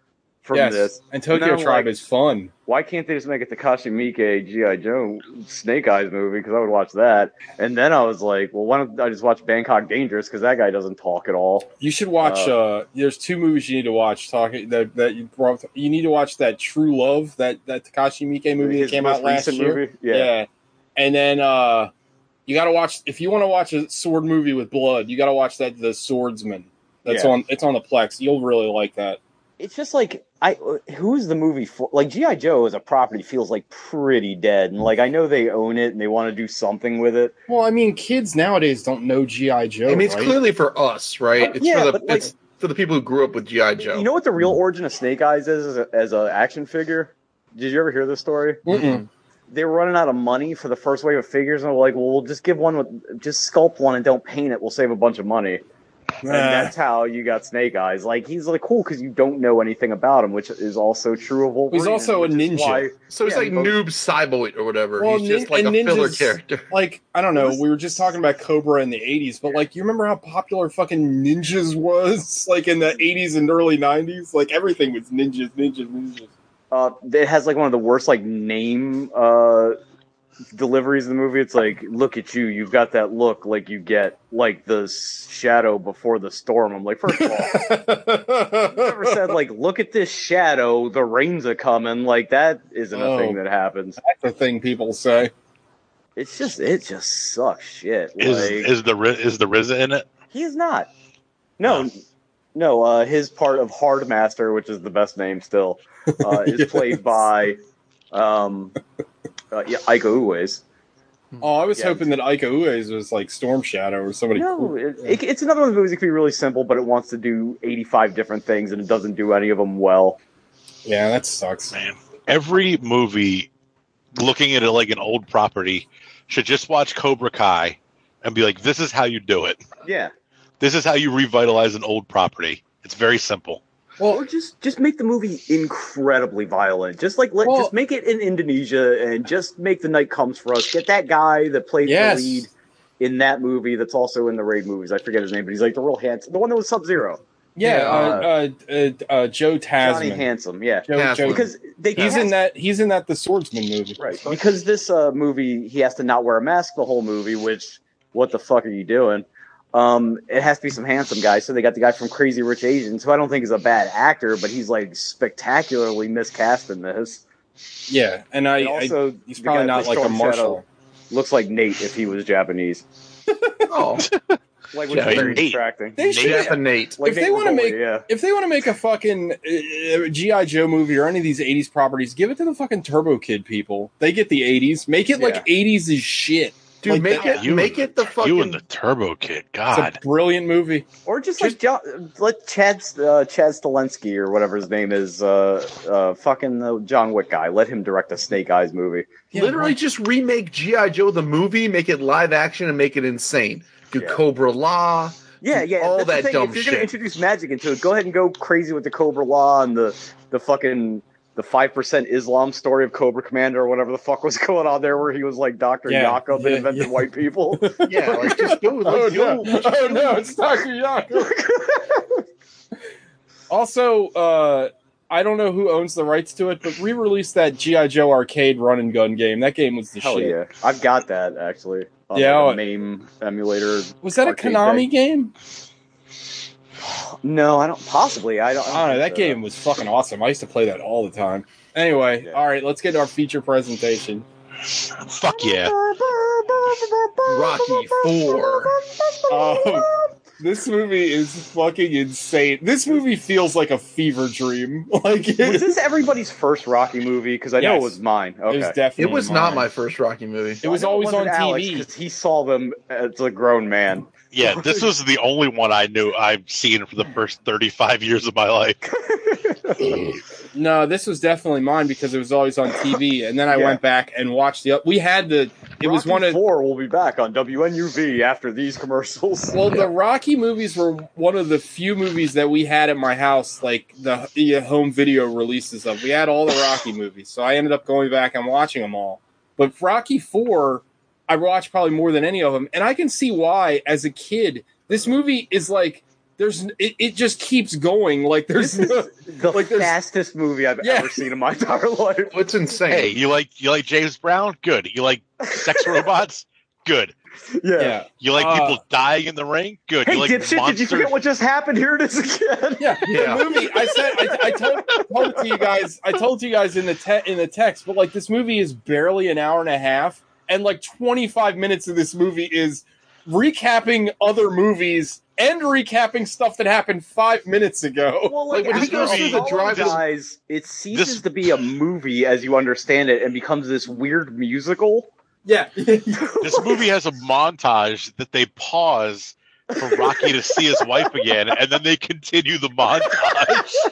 S11: from
S10: Yes,
S11: this.
S10: and Tokyo
S11: I'm
S10: Tribe
S11: like,
S10: is fun.
S11: Why can't they just make a Takashi Miike G.I. Joe Snake Eyes movie? Because I would watch that. And then I was like, well, why don't I just watch Bangkok Dangerous? Because that guy doesn't talk at all.
S10: You should watch. Uh,
S11: Uh,
S10: there's two movies you need to watch. Talking that that you brought. You need to watch that True Love, that that Takashi Miike movie
S11: His
S10: that came
S11: most
S10: out last
S11: recent
S10: year.
S11: movie? Yeah.
S10: and then uh, you got to watch if you want to watch a sword movie with blood. You got to watch that The Swordsman. That's
S11: Yeah.
S10: on. It's on the Plex. You'll really like that.
S11: It's just like I who's the movie for? Like G.I. Joe as a property feels like pretty dead, and like I know they own it and they want to do something with it.
S10: Well, I mean, kids nowadays don't know GI Joe.
S8: I mean, it's
S10: right? Oh,
S8: clearly for us, right? It's
S11: Yeah,
S8: for the
S11: but, like-
S8: it's for the people who grew up with GI Joe.
S11: You know what the real origin of Snake Eyes is as a, as a action figure? Did you ever hear this story?
S10: Mm-mm.
S11: They were running out of money for the first wave of figures, and they were like, "Well, we'll just give one with just sculpt one and don't paint it. We'll save a bunch of money." And
S10: Uh.
S11: that's how you got Snake Eyes. Like he's like cool because you don't know anything about him, which is also true of Wolverine.
S10: He's also a
S11: which is
S10: ninja.
S11: why-
S8: so it's
S11: Yeah,
S8: like
S11: both-
S8: noob cyboid or whatever.
S10: Well,
S8: He's
S10: nin-
S8: just like a
S10: and
S8: filler
S10: ninjas-
S8: character.
S10: Like I don't know, we were just talking about Cobra in the '80s, but like you remember how popular fucking ninjas was, like in the '80s and early '90s. Like everything was ninjas, ninjas, ninjas.
S11: Uh, it has like one of the worst like name uh, deliveries of the movie. It's like, look at you, you've got that look like you get like the s- shadow before the storm. I'm like, first of all, never said like, look at this shadow, the rains are coming. Like that isn't a thing
S10: Oh.
S11: that happens.
S10: That's the thing people say.
S11: It's just it just sucks shit. Like
S9: Is is the Ri- is the RZA in it?
S11: he's not. No,
S9: Ah.
S11: no. Uh, his part of Hardmaster, which is the best name still, uh, is played by um, uh, yeah, Iko Uwais.
S10: Oh, I was
S11: Hmm. Yeah.
S10: hoping that Ika Uwais was like Storm Shadow or somebody.
S11: No, it, it, it's another one of those movies that can be really simple, but it wants to do 85 different things and it doesn't do any of them well.
S10: Yeah, that sucks,
S9: man. Every movie, looking at it like an old property, should just watch Cobra Kai and be like, "This is how you do it.
S11: Yeah.
S9: This is how you revitalize an old property. It's very simple."
S10: Well,
S11: or just just make the movie incredibly violent. Just like let just make it in Indonesia and just make the night comes for us. Get that guy that played
S10: Yes.
S11: the lead in that movie that's also in the raid movies. I forget his name, but he's like the real handsome, the one that was Sub Zero.
S10: Yeah, uh, uh, uh, uh, Joe Tasman.
S11: Johnny Handsome, yeah.
S10: Joe, Joe,
S11: Because they
S10: he's in that he's in that the Swordsman movie.
S11: Right. Because this uh, movie, he has to not wear a mask the whole movie, which, what the fuck are you doing? Um, it has to be some handsome guys. So they got the guy from Crazy Rich Asians, who I don't think is a bad actor, but he's like spectacularly miscast in this.
S10: Yeah, and I, I he's probably not like a marshal.
S11: Looks like Nate if he was Japanese.
S8: oh,
S11: like which
S8: Yeah,
S11: is very
S8: Nate.
S11: distracting.
S10: They should-
S8: Japanate.
S11: Like
S10: if they want to
S11: Napoleon,
S10: make
S11: yeah.
S10: if they want to make a fucking uh, GI Joe movie or any of these '80s properties, give it to the fucking Turbo Kid people. They get the '80s. Make it like '80s is shit.
S8: Dude,
S10: Like,
S8: make
S10: that-
S8: it make it the fucking
S9: You and the Turbo Kid,
S10: It's
S9: God.
S10: a brilliant movie.
S11: Or just, like John, let Chad uh, Chad Stalinsky or whatever his name is, uh, uh, fucking the John Wick guy. Let him direct a Snake Eyes movie.
S8: literally just remake GI Joe the movie, make it live action, and make it insane. Do
S11: Yeah.
S8: Cobra Law.
S11: Yeah, yeah.
S8: all
S11: that's the
S8: that
S11: thing.
S8: dumb
S11: If you're going to
S8: shit.
S11: introduce magic into it, go ahead and go crazy with the Cobra Law and the the fucking the five percent Islam story of Cobra Commander or whatever the fuck was going on there, where he was like Doctor
S10: Yeah,
S11: Jakob and
S10: yeah,
S11: invented
S10: yeah.
S11: white people.
S8: Yeah, like just go. Like,
S10: Oh
S8: go-
S10: no! Oh no! It's Dr. Yako. also, uh, I don't know who owns the rights to it, but re-release that GI Joe arcade run and gun game. That game was the
S11: Hell
S10: shit.
S11: yeah, I've got that actually. on,
S10: Yeah,
S11: like,
S10: I-
S11: a MAME emulator.
S10: Was that a
S11: arcade
S10: Konami
S11: thing.
S10: game?
S11: No, I don't. Possibly, I don't.
S10: I don't know. That
S11: so.
S10: game was fucking awesome. I used to play that all the time. Anyway, all right, let's get to our feature presentation.
S9: Fuck yeah.
S8: Rocky Four.
S10: Um, this movie is fucking insane. This movie feels like a fever dream. Like it,
S11: Was this everybody's first Rocky movie? Because I know
S10: Yes.
S11: it was mine.
S10: it
S11: Okay.
S10: was definitely.
S8: It was not
S10: mine.
S8: my first Rocky movie.
S10: It was
S11: I know
S10: always on
S11: wasn't Alex,
S10: TV.
S11: 'cause He saw them as a grown man.
S9: Yeah, this was the only one I knew I've seen for the first 35 years of my life.
S10: No, this was definitely mine because it was always on TV, and then I
S11: Yeah.
S10: went back and watched the. We had the. It was
S11: Rocky
S10: one of.
S11: four. We'll be back on WNUV after these commercials.
S10: Well, the Rocky movies were one of the few movies that we had at my house, like the yeah, home video releases of. We had all the Rocky movies, so I ended up going back and watching them all. But Rocky Four, I watched probably more than any of them, and I can see why. As a kid, this movie is like there's it, it just keeps going. Like there's no,
S11: the
S10: like there's-
S11: fastest movie I've
S10: Yeah.
S11: ever seen in my entire life.
S8: Oh, It's insane.
S9: Hey, you like you like James Brown? Good. You like sex robots? Good.
S11: Yeah.
S10: yeah.
S9: You like
S10: Uh,
S9: people dying in the ring? Good.
S11: Hey,
S9: you like
S11: dipshit! Did you
S9: monsters?
S11: forget what just happened? Here it is again.
S10: Yeah,
S8: Yeah.
S10: the movie. I said I, I told, told it to you guys. I told you guys in the te- in the text, but like this movie is barely an hour and a half, and like twenty five minutes of this movie is recapping other movies and recapping stuff that happened five minutes ago.
S11: Well,
S8: Like, when he goes
S9: through the
S8: drive-
S11: guys, it ceases
S9: This-
S11: to be a movie as you understand it and becomes this weird musical.
S10: Yeah,
S9: this movie has a montage that they pause for Rocky to see his wife again, and then they continue the montage.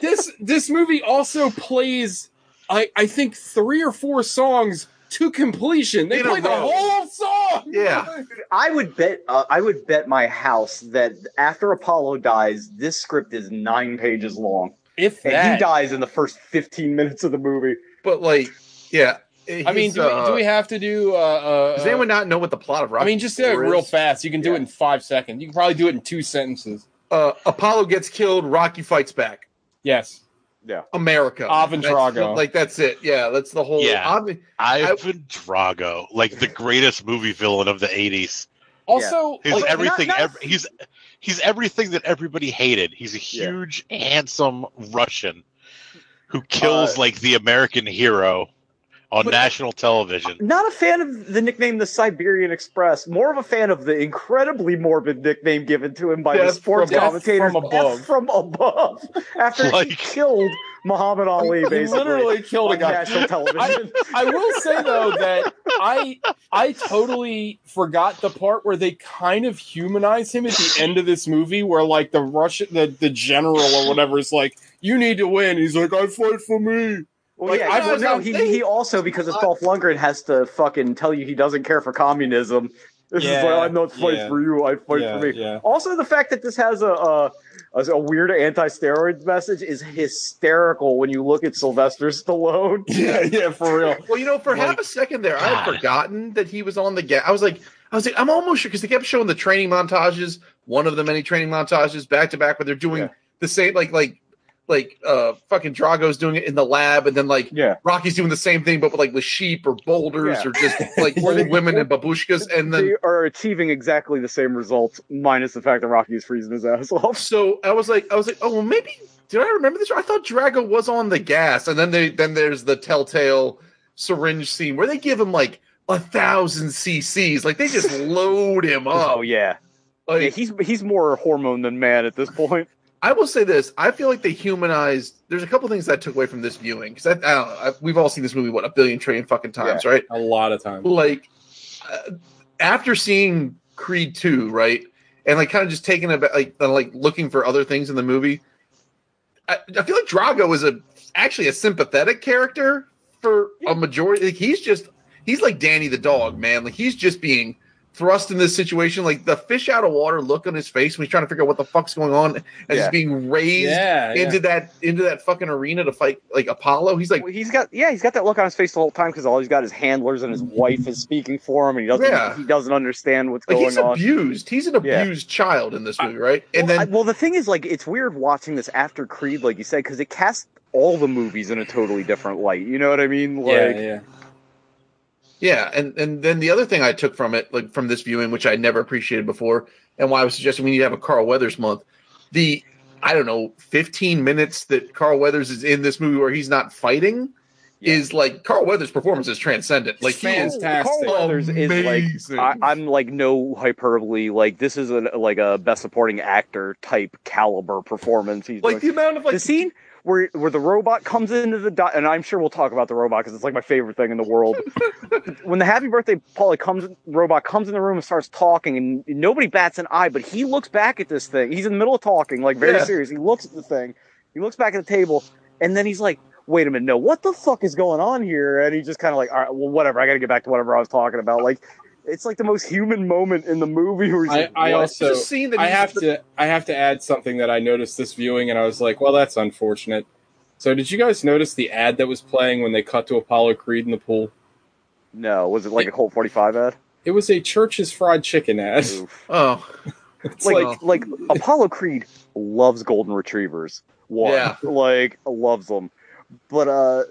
S10: this this movie also plays. I I think three or four songs to completion. They
S8: In a
S10: play the
S8: row.
S10: whole song.
S8: Yeah.
S11: I would bet uh, I would bet my house that after Apollo dies, this script is nine pages long,
S10: If
S11: and
S10: that,
S11: he dies in the first fifteen minutes of the movie.
S8: But like, yeah.
S10: I mean,
S8: he's,
S10: do we, do
S8: uh,
S10: we have to do? Uh, uh,
S8: does
S10: uh,
S8: anyone not know what the plot of Rocky?
S10: I mean, just do it
S8: IV is?
S10: real fast. You can do
S11: Yeah.
S10: it in five seconds. You can probably do it in two sentences.
S8: Uh, Apollo gets killed. Rocky fights back.
S10: Yes.
S8: America.
S10: Ivan
S8: That's-
S10: Drago.
S8: Like that's it. Yeah, that's the whole.
S9: Yeah.
S8: Ivan-
S9: Ivan Drago, like the greatest movie villain of the '80s.
S10: Also,
S9: He's
S10: like,
S9: everything.
S11: not- not-
S9: ev- he's he's everything that everybody hated. He's a huge, handsome Russian who kills like the American hero on national television.
S11: Not a fan of the nickname the Siberian Express. More of a fan of the incredibly morbid nickname given to him by the
S8: Death
S11: sports
S10: from- Death
S11: commentators
S10: from above.
S11: Death from above. After he
S9: Like-
S11: killed Muhammad Ali,
S10: he
S11: basically
S10: literally killed a
S11: on
S10: guy.
S11: national television.
S10: I will say though that I I totally forgot the part where they kind of humanize him at the end of this movie, where like the Russian the the general or whatever is like, "You need to win." He's like, "I fight for me."
S11: Well,
S10: Like,
S11: yeah,
S10: I
S11: I
S10: was
S11: no,
S10: not
S11: he,
S10: thinking-
S11: he also because it's Dolph Lundgren has to fucking tell you he doesn't care for communism. This
S10: Yeah,
S11: is like I'm not fight
S10: yeah.
S11: for you, I fight
S10: Yeah,
S11: for me.
S10: yeah.
S11: Also, the fact that this has a, a a a weird anti-steroids message is hysterical when you look at Sylvester Stallone.
S10: Yeah, yeah, for real.
S8: Well, you know, for half
S9: Like,
S8: a second there, I had
S9: God.
S8: forgotten that he was on the ga- I was like, I was like, I'm almost sure because they kept showing the training montages, one of the many training montages back to back, but they're doing
S11: Yeah.
S8: the same, like, like like uh fucking Drago's doing it in the lab, and then like
S11: yeah.
S8: Rocky's doing the same thing, but with like with sheep or boulders
S11: Yeah.
S8: or just like old women and babushkas, and then
S11: they are achieving exactly the same results, minus the fact that Rocky is freezing his ass off.
S8: So I was like, I was like, oh well, maybe did I remember this? I thought Drago was on the gas, and then they then there's the telltale syringe scene where they give him like a thousand CCs, like they just load him up.
S11: Oh yeah.
S8: Like-
S11: yeah, he's he's more hormone than man at this point.
S8: I will say this: I feel like they humanized. There's a couple things that I took away from this viewing because I, I don't know. I, we've all seen this movie what a billion trillion fucking times, right?
S10: A lot of times.
S8: Like uh, after seeing Creed two, right, and like kind of just taking about like uh, like looking for other things in the movie. I, I feel like Drago is a actually a sympathetic character for a majority. Like he's just he's like Danny the dog, man. Like he's just being thrust in this situation, like the fish out of water look on his face when he's trying to figure out what the fuck's going on, and
S11: Yeah.
S8: he's being raised
S10: Yeah, yeah.
S8: into that into that fucking arena to fight like Apollo. He's like,
S11: Well, he's got yeah, he's got that look on his face the whole time because all he's got is handlers and his wife is speaking for him, and he doesn't
S8: Mm-hmm. Yeah.
S11: he doesn't understand what's
S8: like
S11: going
S8: he's
S11: on.
S8: abused. He's an
S11: Yeah.
S8: abused child in this movie, right? And
S11: well,
S8: then
S11: I- well, the thing is, like, it's weird watching this after Creed, like you said, because it casts all the movies in a totally different light. You know what I mean? Like,
S10: yeah, yeah.
S8: Yeah, and and then the other thing I took from it, like from this viewing, which I never appreciated before, and why I was suggesting we need to have a Carl Weathers month. The I don't know, fifteen minutes that Carl Weathers is in this movie where he's not fighting is like Carl Weathers' performance is transcendent. Like he is
S10: Fantastic.
S11: Carl Weathers is
S8: Amazing.
S11: like I, I'm like no hyperbole. Like this is a, like a best supporting actor type caliber performance. He's
S8: like the
S11: doing.
S8: amount of like
S11: the scene where where the robot comes into the di- and I'm sure we'll talk about the robot because it's like my favorite thing in the world. when the Happy Birthday Polly comes, robot comes in the room and starts talking, and nobody bats an eye, but he looks back at this thing. He's in the middle of talking, like very
S8: Yeah.
S11: serious. He looks at the thing, he looks back at the table, and then he's like. Wait a minute, no, what the fuck is going on here? And he just kind of like, all right, well, whatever, I gotta get back to whatever I was talking about. Like, it's like the most human moment in the movie where he's
S10: I,
S11: like,
S10: I
S11: what?
S10: also
S8: It's a scene that
S10: I
S8: he's-
S10: have to I have to add something that I noticed this viewing, and I was like, well, that's unfortunate. So, did you guys notice the ad that was playing when they cut to Apollo Creed in the pool?
S11: no, was it like a Colt 45 ad?
S10: It was a church's fried chicken ad.
S11: Oof.
S8: oh
S10: It's like,
S11: like like Apollo Creed loves golden retrievers. One,
S8: Yeah.
S11: like loves them, but uh,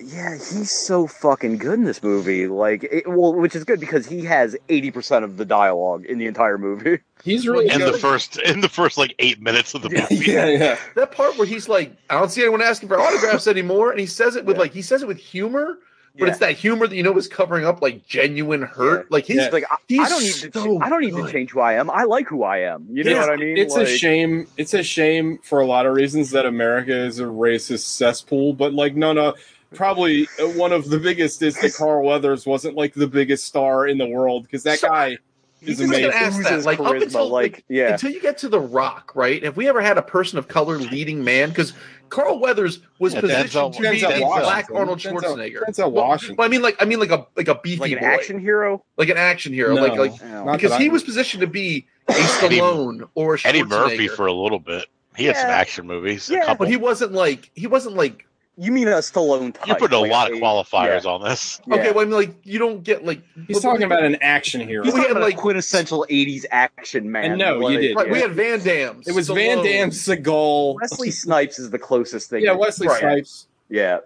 S11: yeah, he's so fucking good in this movie. Like, it, well, which is good because he has eighty percent of the dialogue in the entire movie.
S10: he's really
S9: in
S10: good.
S9: the first in the first like eight minutes of the movie.
S10: yeah, yeah.
S8: that part where he's like, I don't see anyone asking for autographs anymore, and he says it with like he says it with humor, but
S11: Yeah.
S8: it's that humor that you know is covering up like genuine hurt. Like he's
S10: Yeah.
S11: Like, I,
S8: He's
S11: I don't need to,
S8: so
S11: cha- I don't need
S8: good.
S11: to change who I am. I like who I am. You know
S10: It's-
S11: what I mean?
S10: It's
S11: like,
S10: a shame. It's a shame for a lot of reasons that America is a racist cesspool. But like, no, no. Probably uh, one of the biggest is that Carl Weathers wasn't like the biggest star in the world because that
S8: So-
S10: guy
S8: He's
S10: is
S8: just gonna
S10: amazing.
S8: ask that.
S11: Loses
S8: Like up
S11: charisma,
S8: until
S11: like,
S8: like,
S11: yeah.
S8: until you get to the Rock, right? Have we ever had a person of color leading man? Because Carl Weathers was
S9: Yeah,
S8: positioned
S9: Denzel-
S8: to be
S9: Denzel
S8: the
S9: Washington.
S8: black Arnold
S10: Denzel-
S8: Schwarzenegger.
S10: Denzel
S8: Well,
S10: Washington.
S8: well, I mean, like, I mean, like a like a beefy
S11: like an
S8: boy.
S11: action hero.
S8: like an action hero,
S10: No.
S8: like like
S11: No.
S10: Not
S8: because
S10: that I
S8: he
S10: know.
S8: was positioned to be a Stallone or a Schwarzenegger.
S9: Eddie Murphy for a little bit. He had some
S11: Yeah.
S9: action movies. a
S11: Yeah,
S9: couple.
S8: but he wasn't like he wasn't like
S11: You mean a Stallone type?
S9: you put a
S11: like
S9: lot of
S11: a-
S9: qualifiers
S11: yeah.
S9: on this.
S11: Yeah.
S8: okay. Well, I mean, like you don't get like
S10: He's talking about an action hero.
S11: He's
S8: We
S11: talking
S8: had,
S11: about a
S8: like-
S11: quintessential '80s action man.
S10: And no, you
S11: like-
S10: did.
S8: right, we
S11: yeah.
S8: had Van Damme's.
S10: It was Van
S8: Stallone.
S10: Damme, Seagal.
S11: Wesley Snipes is the closest thing.
S10: Yeah, Wesley
S8: Right.
S10: Snipes.
S11: Yeah,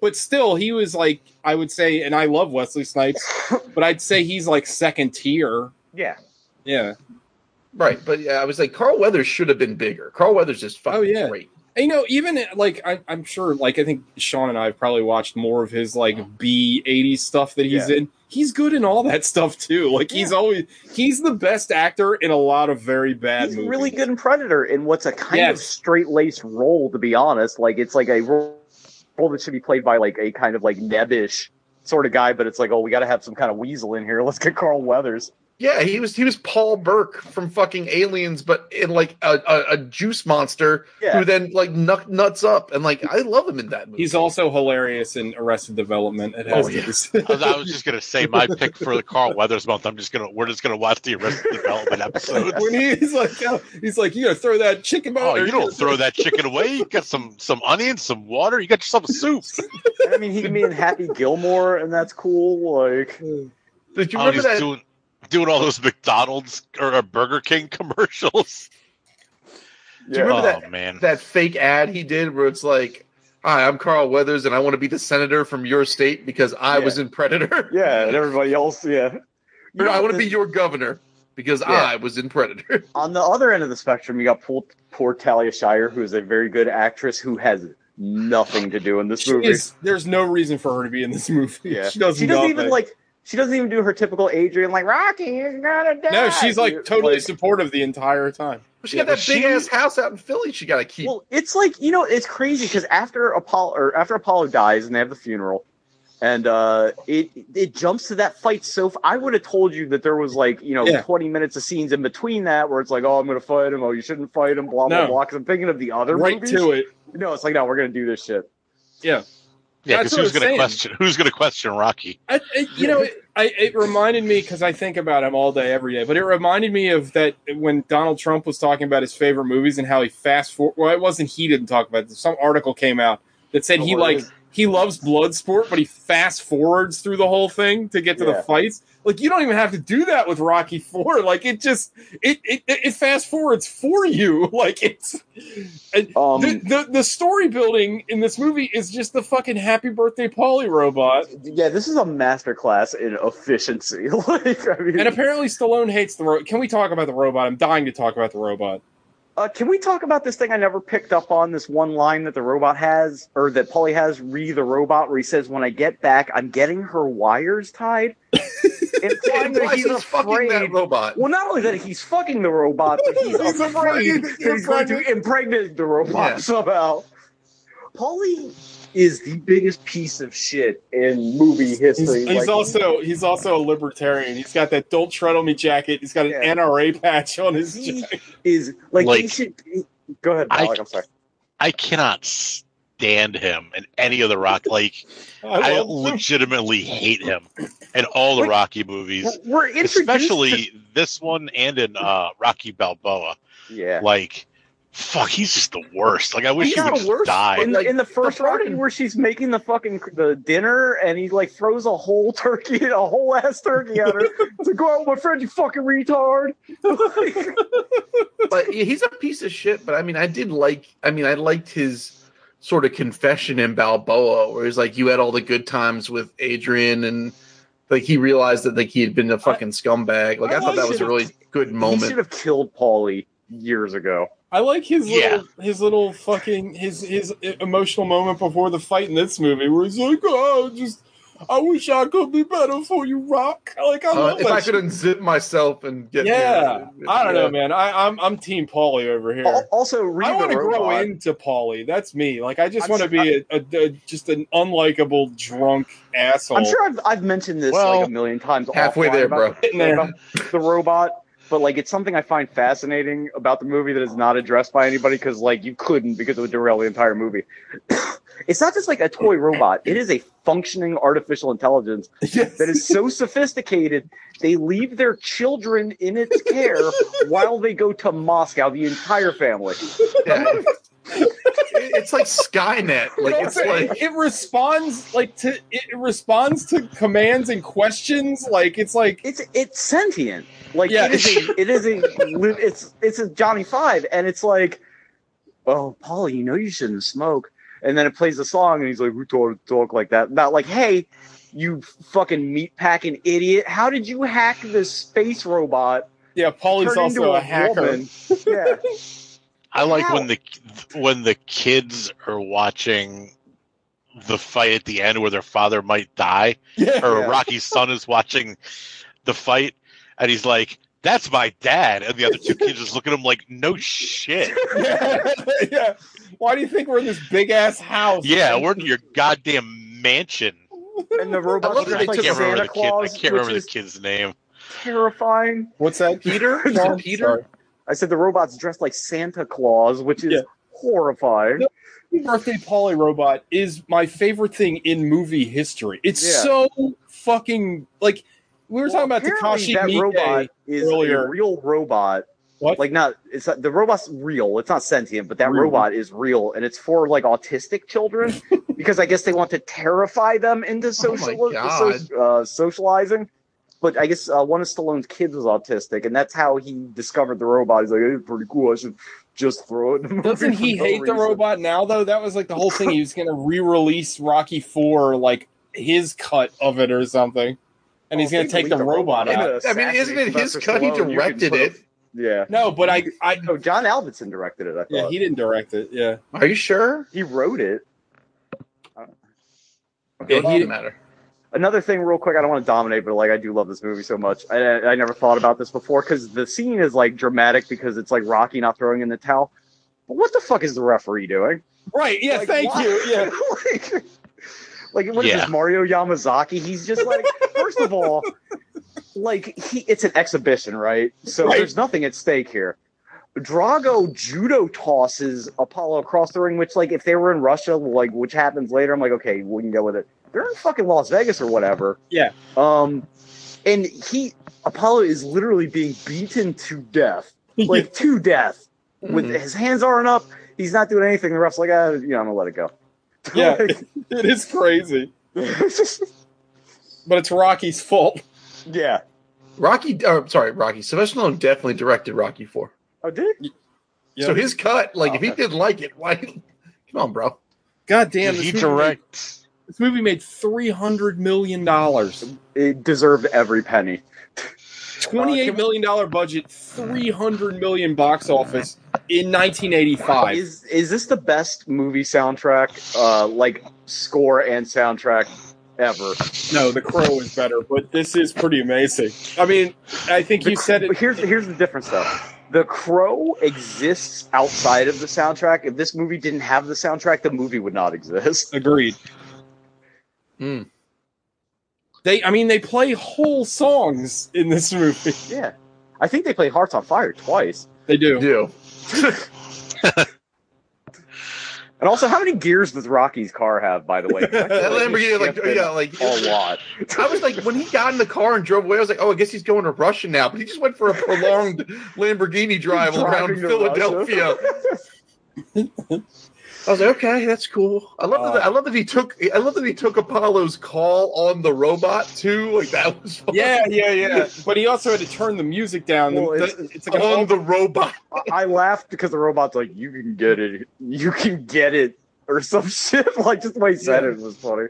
S10: But still, he was like, I would say, and I love Wesley Snipes, but I'd say he's like second tier.
S11: yeah.
S10: Yeah.
S8: right, but yeah, I was like Carl Weathers should have been bigger. Carl Weathers is fucking
S10: Oh, yeah.
S8: great.
S10: you know even like I, i'm sure like i think sean and i have probably watched more of his
S8: Mm-hmm.
S10: like b 80 stuff that he's
S11: Yeah.
S10: in he's good in all that stuff too like he's always he's the best actor in a lot of very bad
S11: He's
S10: movies
S11: really good in Predator in what's a kind of
S10: Yes.
S11: straight laced role. To be honest, like it's like a role role that should be played by like a kind of like nebbish sort of guy, but it's like, oh, we got to have some kind of weasel in here. Let's get Carl Weathers.
S8: Yeah, he was he was Paul Burke from fucking Aliens, but in like a, a, a juice monster
S11: Yeah.
S8: who then like nut, nuts up and like I love him in that movie.
S10: he's also hilarious in arrested development it has
S8: Oh,
S10: to
S8: yeah.
S10: be
S9: I was, I was just gonna say my pick for the Carl Weathers month. I'm just gonna we're just gonna watch the Arrested Development episode.
S10: when he's like oh, he's like you gotta throw that chicken bone
S9: Oh,
S10: or
S9: you don't throw that chicken away. You got some some onions, some water. You got yourself a soup.
S11: And I mean, he can be in Happy Gilmore, and that's cool. Like,
S8: Did you
S9: Oh,
S8: remember
S9: he's
S8: that?
S9: doing doing all those McDonald's or uh, Burger King commercials.
S8: Do you remember
S9: Oh,
S8: that
S9: man.
S8: that fake ad he did where it's like, "Hi, I'm Carl Weathers, and I want to be the senator from your state because I was in Predator."
S11: Yeah, and everybody else, yeah.
S8: Or, I want to be your governor because I was in Predator.
S11: On the other end of the spectrum, you got poor, poor Talia Shire, who is a very good actress who has nothing to do in this movie.
S10: Is- there's no reason for her to be in this movie.
S11: Yeah.
S10: She does nothing.
S11: even like. She doesn't even do her typical Adrian like Rocky is gonna die.
S10: No, she's
S11: You-
S10: like totally supportive the entire time.
S8: She got that big ass house out in Philly. She got to keep.
S11: Well, it's like you know, it's crazy because after Apollo or after Apollo dies and they have the funeral, and uh, it it jumps to that fight. So f- I would have told you that there was like you know
S10: Yeah.
S11: twenty minutes of scenes in between that where it's like, oh, I'm gonna fight him. Oh, you shouldn't fight him. Blah blah
S10: No.
S11: blah. Because I'm thinking of the other
S10: Right
S11: movies.
S10: to it.
S11: No, it's like no, we're gonna do this shit.
S10: Yeah.
S9: Yeah,
S10: That's what
S9: because who's
S10: I'm
S9: going to
S10: saying.
S9: question? Who's going to question Rocky?
S10: I, I, you know, it, I, it reminded me because I think about him all day, every day. But it reminded me of that when Donald Trump was talking about his favorite movies and how he fast forward. Well, it wasn't he didn't talk about this. Some article came out that said
S11: Oh,
S10: he
S11: what
S10: like
S11: is-
S10: he loves Bloodsport, but he fast forwards through the whole thing to get to
S11: Yeah.
S10: the fights. Like you don't even have to do that with Rocky Four. Like it just it it, it fast forwards for you. Like it's and
S11: Um,
S10: the, the the story building in this movie is just the fucking Happy Birthday Polly robot.
S11: Yeah, this is a masterclass in efficiency. like, I mean,
S10: And apparently, Stallone hates the robot. Can we talk about the robot? I'm dying to talk about the robot.
S11: Uh, can we talk about this thing I never picked up on? This one line that the robot has, or that Polly has, re the robot, where he says, "When I get back, I'm getting her wires tied." Implying
S8: And
S11: that
S8: he's
S11: he's
S8: fucking that
S11: afraid.
S8: robot.
S11: Well, not only that he's fucking the robot, but he's,
S10: He's
S11: afraid,
S10: afraid.
S11: that he's going to impregnate the robot
S8: Yeah.
S11: somehow. Polly is the biggest piece of shit in movie
S10: He's,
S11: history.
S10: he's
S11: like-
S10: also he's also a libertarian. He's got that "Don't tread on me" jacket. He's got an
S11: Yeah.
S10: NRA patch on his.
S11: he
S10: jacket.
S11: is like, he
S9: Like-
S11: should. Go ahead,
S9: I-
S11: Alec. I'm sorry.
S9: I cannot stand him in any of the Rock. Like I,
S10: I love him.
S9: legitimately hate him in all the
S11: Like-
S9: Rocky movies,
S11: We're, we're introduced
S9: especially this one and in uh, Rocky Balboa.
S11: to- yeah.
S9: Like, fuck, he's just the worst. Like I wish
S8: He's
S9: he would
S8: not
S9: just
S8: worse.
S9: die.
S11: in,
S8: Like,
S11: in the first
S8: the part
S11: Rocky
S8: in-
S11: where she's making the fucking the dinner and he like throws a whole turkey, a whole ass turkey at her to go out with my friend, you fucking retard.
S8: but he's a piece of shit. But I mean, I did like. I mean, I liked his sort of confession in Balboa, where he's like, "You had all the good times with Adrian," and like he realized that like he had been a fucking scumbag. Like I,
S11: I
S8: thought that was a
S11: should've-
S8: really good
S11: He should
S8: moment.
S11: have killed Paulie years ago.
S10: I like his little
S9: Yeah.
S10: his little fucking his his e, emotional moment before the fight in this movie, where he's like, "Oh, just I wish I could be better for you, Rock." Like I
S8: Uh,
S10: love
S8: if
S10: that.
S8: I
S10: shit.
S8: could unzip myself and get uh,
S10: yeah,
S8: near-
S10: I don't
S8: Yeah.
S10: know, man. I, I'm I'm Team Polly over here.
S11: Al- Also, Rita
S10: I want to grow
S11: Robot-
S10: into Polly. That's me. Like I just
S11: I'm
S10: want to
S11: sure-
S10: be a, a, a- just an unlikable drunk asshole.
S11: I'm sure I've, I've mentioned this
S9: Well,
S11: like a million times.
S8: halfway
S11: offline
S8: there,
S11: about
S8: bro.
S11: the-
S10: Getting there.
S11: about the robot, but like it's something I find fascinating about the movie that is not addressed by anybody because like you couldn't because it would derail the entire movie. it's not just like a toy robot; it is a functioning artificial intelligence
S10: Yes.
S11: that is so sophisticated they leave their children in its care while they go to Moscow. The entire family.
S8: Yeah. it's like Skynet. Like it's like
S10: it responds like to it responds to commands and questions. Like it's like
S11: it's it's sentient. Like
S10: Yeah.
S11: it is a, it is a li- it's it's a Johnny Five, and it's like, oh, Polly, you know you shouldn't smoke. And then it plays the song, and he's like, who told her to talk like that? Not like, hey, you fucking meat packing idiot! How did you hack this space robot?
S10: yeah, Polly's
S11: turn into
S10: also a, hacker.
S11: woman?" Yeah,
S9: I like
S11: How?
S9: when the when the kids are watching the fight at the end where their father might die,
S10: Yeah.
S9: or
S11: Yeah.
S9: Rocky's son is watching the fight, and he's like, "That's my dad," and the other two kids just look at him like, "No shit,
S10: yeah. Why do you think we're in this big ass house?
S9: yeah, we're in your goddamn mansion."
S11: and the
S8: I
S11: robot
S8: love
S9: I
S8: that
S11: looks
S8: they
S9: can't
S11: like
S8: took
S9: remember
S11: Santa
S9: the kid. I
S11: Claus,
S9: can't
S11: which
S9: remember the
S11: is
S9: kid's name.
S11: terrifying.
S10: What's that?
S8: Peter. Is it
S10: Sorry.
S8: Peter.
S11: I said the robot's dressed like Santa Claus, which is
S10: Yeah.
S11: horrifying.
S10: No, Happy Birthday Polly Robot is my favorite thing in movie history. It's
S11: Yeah.
S10: so fucking like we were talking about
S11: Apparently
S10: Takashi
S11: that
S10: Miike.
S11: robot is a
S10: earlier.
S11: real robot.
S10: What?
S11: Like not it's not, the robot's real. It's not sentient, but that
S10: Real.
S11: robot is real and it's for like autistic children because I guess they want to terrify them into social
S8: God.
S11: so- uh, socializing. But I guess uh, one of Stallone's kids was autistic, and that's how he discovered the robot. He's like, "It's pretty cool. I should just throw it. in the movie
S10: Doesn't
S11: for
S10: he
S11: no
S10: hate the
S11: reason.
S10: robot now though? That was like the whole thing. He was going to re-release Rocky Four, like his cut of it or something, and
S11: Oh,
S10: he's going to take the, robot, out.
S8: I mean, isn't it his cut? He directed it.
S11: Yeah.
S10: No, but I, I.
S11: No, John Alvinson directed it. I thought.
S10: Yeah, he didn't direct it. Yeah.
S8: Are you sure?
S11: He wrote it.
S8: Yeah, he
S11: didn't
S8: didn't matter.
S11: Another thing, real quick, I don't want to dominate, but like I do love this movie so much. I, I I never thought about this before because the scene is like dramatic because it's like Rocky not throwing in the towel. But what the fuck is the referee doing?
S10: Right. Yeah. thank
S11: why?
S10: you. Yeah.
S11: like, like what is
S9: Yeah.
S11: this Mario Yamazaki? He's just like, first of all, like he it's an exhibition, right? So
S10: Right.
S11: there's nothing at stake here. Drago judo tosses Apollo across the ring, which like if they were in Russia, like which happens later, I'm like, okay, we can go with it. They're in fucking Las Vegas or whatever.
S10: Yeah.
S11: Um, and he Apollo is literally being beaten to death, like to death, with
S8: Mhm.
S11: his hands aren't up. He's not doing anything. The ref's like, ah, you know, I'm gonna let it go.
S10: Yeah. it is crazy, but it's Rocky's fault.
S11: yeah.
S8: Rocky, or, sorry, Rocky. Sylvester Stallone definitely directed Rocky Four.
S11: Oh, did it?
S10: Yeah.
S8: So his cut, like, if he
S11: Okay.
S8: didn't like it, why? Come on, bro.
S10: God damn.
S9: Did
S10: This
S9: he
S10: movie, made,
S9: direct?
S10: this movie made three hundred million dollars.
S11: It deserved every penny. Uh,
S10: Twenty-eight million dollar budget, three hundred million box office in nineteen eighty-five.
S11: Is is this the best movie soundtrack, uh, like score and soundtrack ever?
S10: No, The Crow is better, but this is pretty amazing. I mean, I think you said
S11: But
S10: it.
S11: here's here's the difference though. The Crow exists outside of the soundtrack. If this movie didn't have the soundtrack, the movie would not exist.
S10: Agreed.
S11: Hmm.
S8: Mm.
S10: They, I mean, they play whole songs in this movie.
S11: Yeah, I think they play Hearts on Fire twice.
S10: They do.
S8: Do
S11: And also, how many gears does Rocky's car have? By the way, 'Cause I feel
S8: that
S11: like he
S8: Lamborghini? Like,
S11: shifted
S8: yeah, like
S11: a lot.
S8: I was like, when he got in the car and drove away, I was like, oh, I guess he's going to Russia now. But he just went for a prolonged Lamborghini drive around
S11: Driving to
S8: Philadelphia. I was like, okay, that's cool. I love that. I love that he took. I love that he took Apollo's call on the robot too. Like that was fun.
S10: Yeah, yeah, yeah. But he also had to turn the music down.
S11: Well,
S10: The-
S11: it's-
S10: the- it's like an
S8: on
S10: old-
S8: the robot.
S11: I laughed because the robot's like, "You can get it, you can get it," or some shit. Like just the way he said it was funny.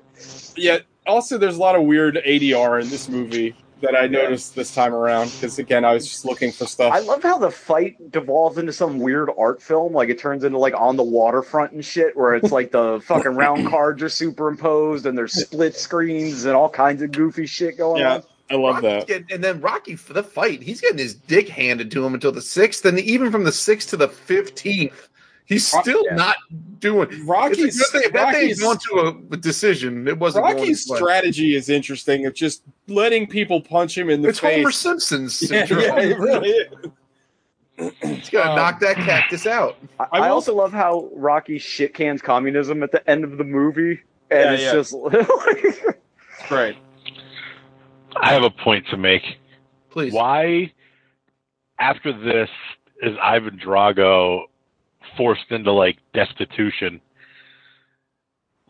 S10: yeah. Also, there's a lot of weird ADR in this movie that I noticed this time around because again, I was just looking for stuff.
S11: I love how the fight devolves into some weird art film. Like it turns into like on the waterfront and shit, where it's like the fucking round cards are superimposed and there's split screens and all kinds of goofy shit going
S10: yeah,
S11: on.
S10: I love
S8: Rocky's
S10: that.
S8: getting- and then Rocky for the fight, he's getting his dick handed to him until the sixth, and even from the sixth to the fifteenth, he's
S10: Ro-
S8: still
S11: yeah.
S8: not doing.
S10: Rocky's
S8: it's a good thing. If that thing had
S10: Rocky's,
S8: gone to a decision, it wasn't. going
S10: Rocky's
S8: his way.
S10: strategy is interesting. It's just letting people punch him in the
S8: It's Homer
S10: face.
S8: Simpson's
S10: yeah,
S8: syndrome.
S10: yeah, it really is.
S8: He's gonna
S10: Um,
S8: knock that cactus out.
S11: I,
S10: I
S11: I
S10: will-
S11: also love how Rocky shit cans communism at the end of the movie, and
S10: Yeah,
S11: it's
S10: yeah.
S11: just like,
S10: Right.
S9: I have a point to make.
S8: Please,
S9: Why, after this, is Ivan Drago forced into like destitution?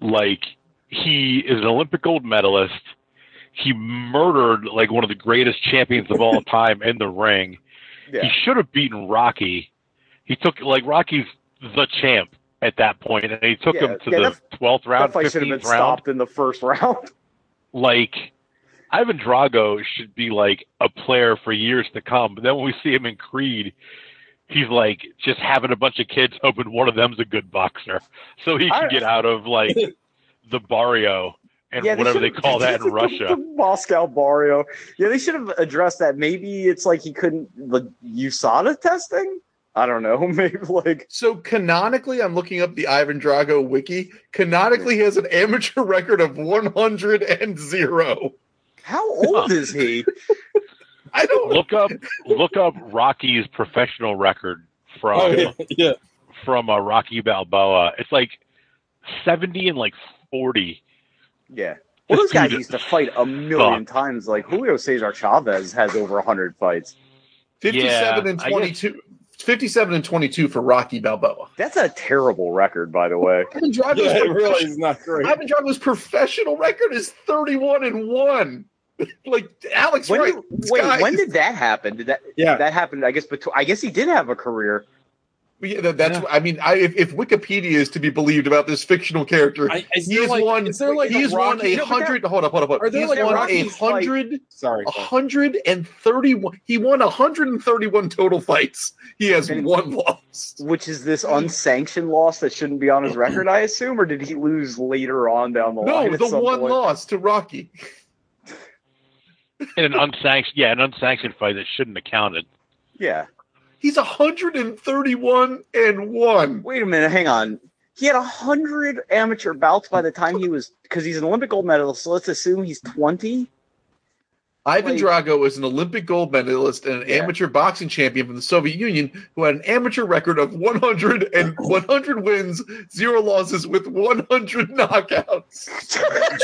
S9: Like he is an Olympic gold medalist. He murdered like one of the greatest champions of all time in the ring.
S11: yeah.
S9: He should have beaten Rocky. He took like Rocky's the champ at that point, and he took
S11: Yeah,
S9: him to
S11: yeah,
S9: the twelfth
S11: That
S9: round,
S11: fight should have been
S9: fifteenth round
S11: stopped in the first round.
S9: like Ivan Drago should be like a player for years to come. But then when we see him in Creed, he's like just having a bunch of kids hoping one of them's a good boxer. So he can
S11: I-
S9: get out of like the barrio and whatever they
S11: should've-
S9: call that
S11: the-
S9: in Russia.
S11: the Moscow Barrio. Yeah, they should have addressed that. Maybe it's like he couldn't the USADA testing. I don't know. Maybe like
S8: So canonically, I'm looking up the Ivan Drago wiki. Canonically, he has an amateur record of 100 and zero.
S11: how old is he?
S8: I don't
S9: Look up look up Rocky's professional record from
S10: Oh yeah, yeah.
S9: from uh, Rocky Balboa. It's like 70 and like 40.
S11: Yeah. Well, those
S9: Dude,
S11: guys used to fight a million times. Like Julio Cesar Chavez has over hundred fights.
S8: 57
S9: Yeah,
S8: and
S9: I guess-
S8: 22. 57 and 22 for Rocky Balboa.
S11: That's a terrible record, by the way.
S8: Ivan Drago's,
S10: yeah it
S8: prof-
S10: really is not great.
S8: Ivan Drago's professional record is 31 and one. like Alex,
S11: When
S8: right?
S11: did-
S8: this
S11: wait,
S8: guy
S11: when
S8: is-
S11: did that happen? Did that
S10: Yeah.
S11: that happened? I guess. But I guess he did have a career.
S8: But yeah, that, that's. I mean, I, if, if Wikipedia is to be believed about this fictional character,
S10: I- is
S8: he
S10: there
S8: has
S10: like-
S8: won.
S10: is there like
S8: he
S10: a
S8: has won
S10: Rocky-
S8: a
S10: No, but that-
S8: hundred. hold up, hold up, hold
S10: Are
S8: up. He
S10: there
S8: has
S10: like
S8: won a
S10: Rocky's, like-
S8: hundred.
S10: Sorry.
S8: A hundred and thirty-one. He won a hundred and thirty-one total fights. He has one loss.
S11: Which is this unsanctioned loss that shouldn't be on his record, I assume, or did he lose later on down the line?
S8: No,
S11: at
S8: the
S11: some
S8: one
S11: point?
S8: loss to Rocky.
S9: in an unsanctioned, yeah, an unsanctioned fight that shouldn't have counted.
S11: Yeah.
S8: He's hundred and thirty-one and one.
S11: Wait a minute, hang on. He had hundred amateur bouts by the time he was because he's an Olympic gold medalist. So let's assume he's twenty.
S8: Ivan
S11: Like-
S8: Drago is an Olympic gold medalist and an amateur boxing champion from the Soviet Union who had an amateur record of 100 and 100 wins, zero losses with 100 knockouts.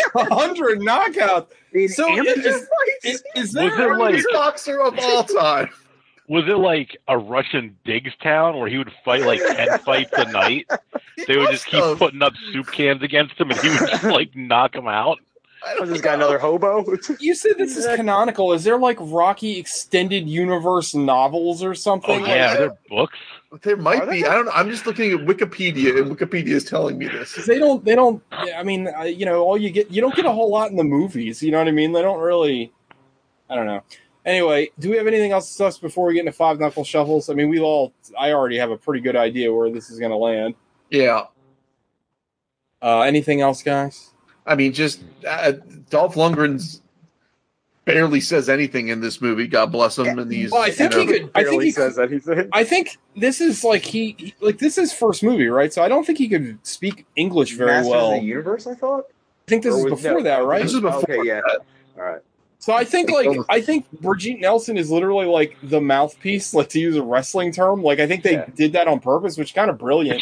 S10: hundred knockouts. So
S8: amateur
S10: it is,
S8: fights?
S10: it, is
S9: Was
S10: there
S9: it like-
S8: Greatest boxer of all time.
S9: Was it like a Russian digs town where he would fight like ten fights a night? They would just keep putting up soup cans against him, and he would just like knock them out.
S11: Was this guy another hobo?
S10: you said this is canonical. Is there like Rocky extended universe novels or something?
S9: Oh yeah, are there books?
S8: There might be. I don't know. I'm just looking at Wikipedia, and Wikipedia is telling me this.
S10: Because they don't, they don't. I mean, I- you know, all you get, you don't get a whole lot in the movies. You know what I mean? They don't really. I don't know. Anyway, do we have anything else to discuss before we get into five knuckle shuffles? I mean, we all. I already have a pretty good idea where this is going to land.
S8: Yeah.
S10: Uh, anything else, guys?
S8: I mean, just uh, Dolph Lundgren's barely says anything in this movie. God bless him. And he's,
S10: Well, I think
S8: you
S10: he
S8: know,
S10: could. I think
S11: Barely
S10: he could.
S11: says anything.
S10: I think this is like he, he- like this is first movie, right? So I don't think he could speak English very
S11: Masters
S10: well.
S11: of the universe, I thought.
S10: I think this
S11: Or
S10: is
S11: was-
S10: before
S11: no,
S10: that, right?
S8: This is before
S11: Okay, yeah.
S8: that.
S11: All right.
S10: So I think like I think Brigitte Nelson is literally like the mouthpiece, like to use a wrestling term. Like I think they
S11: Yeah.
S10: did that on purpose, which is kind of brilliant.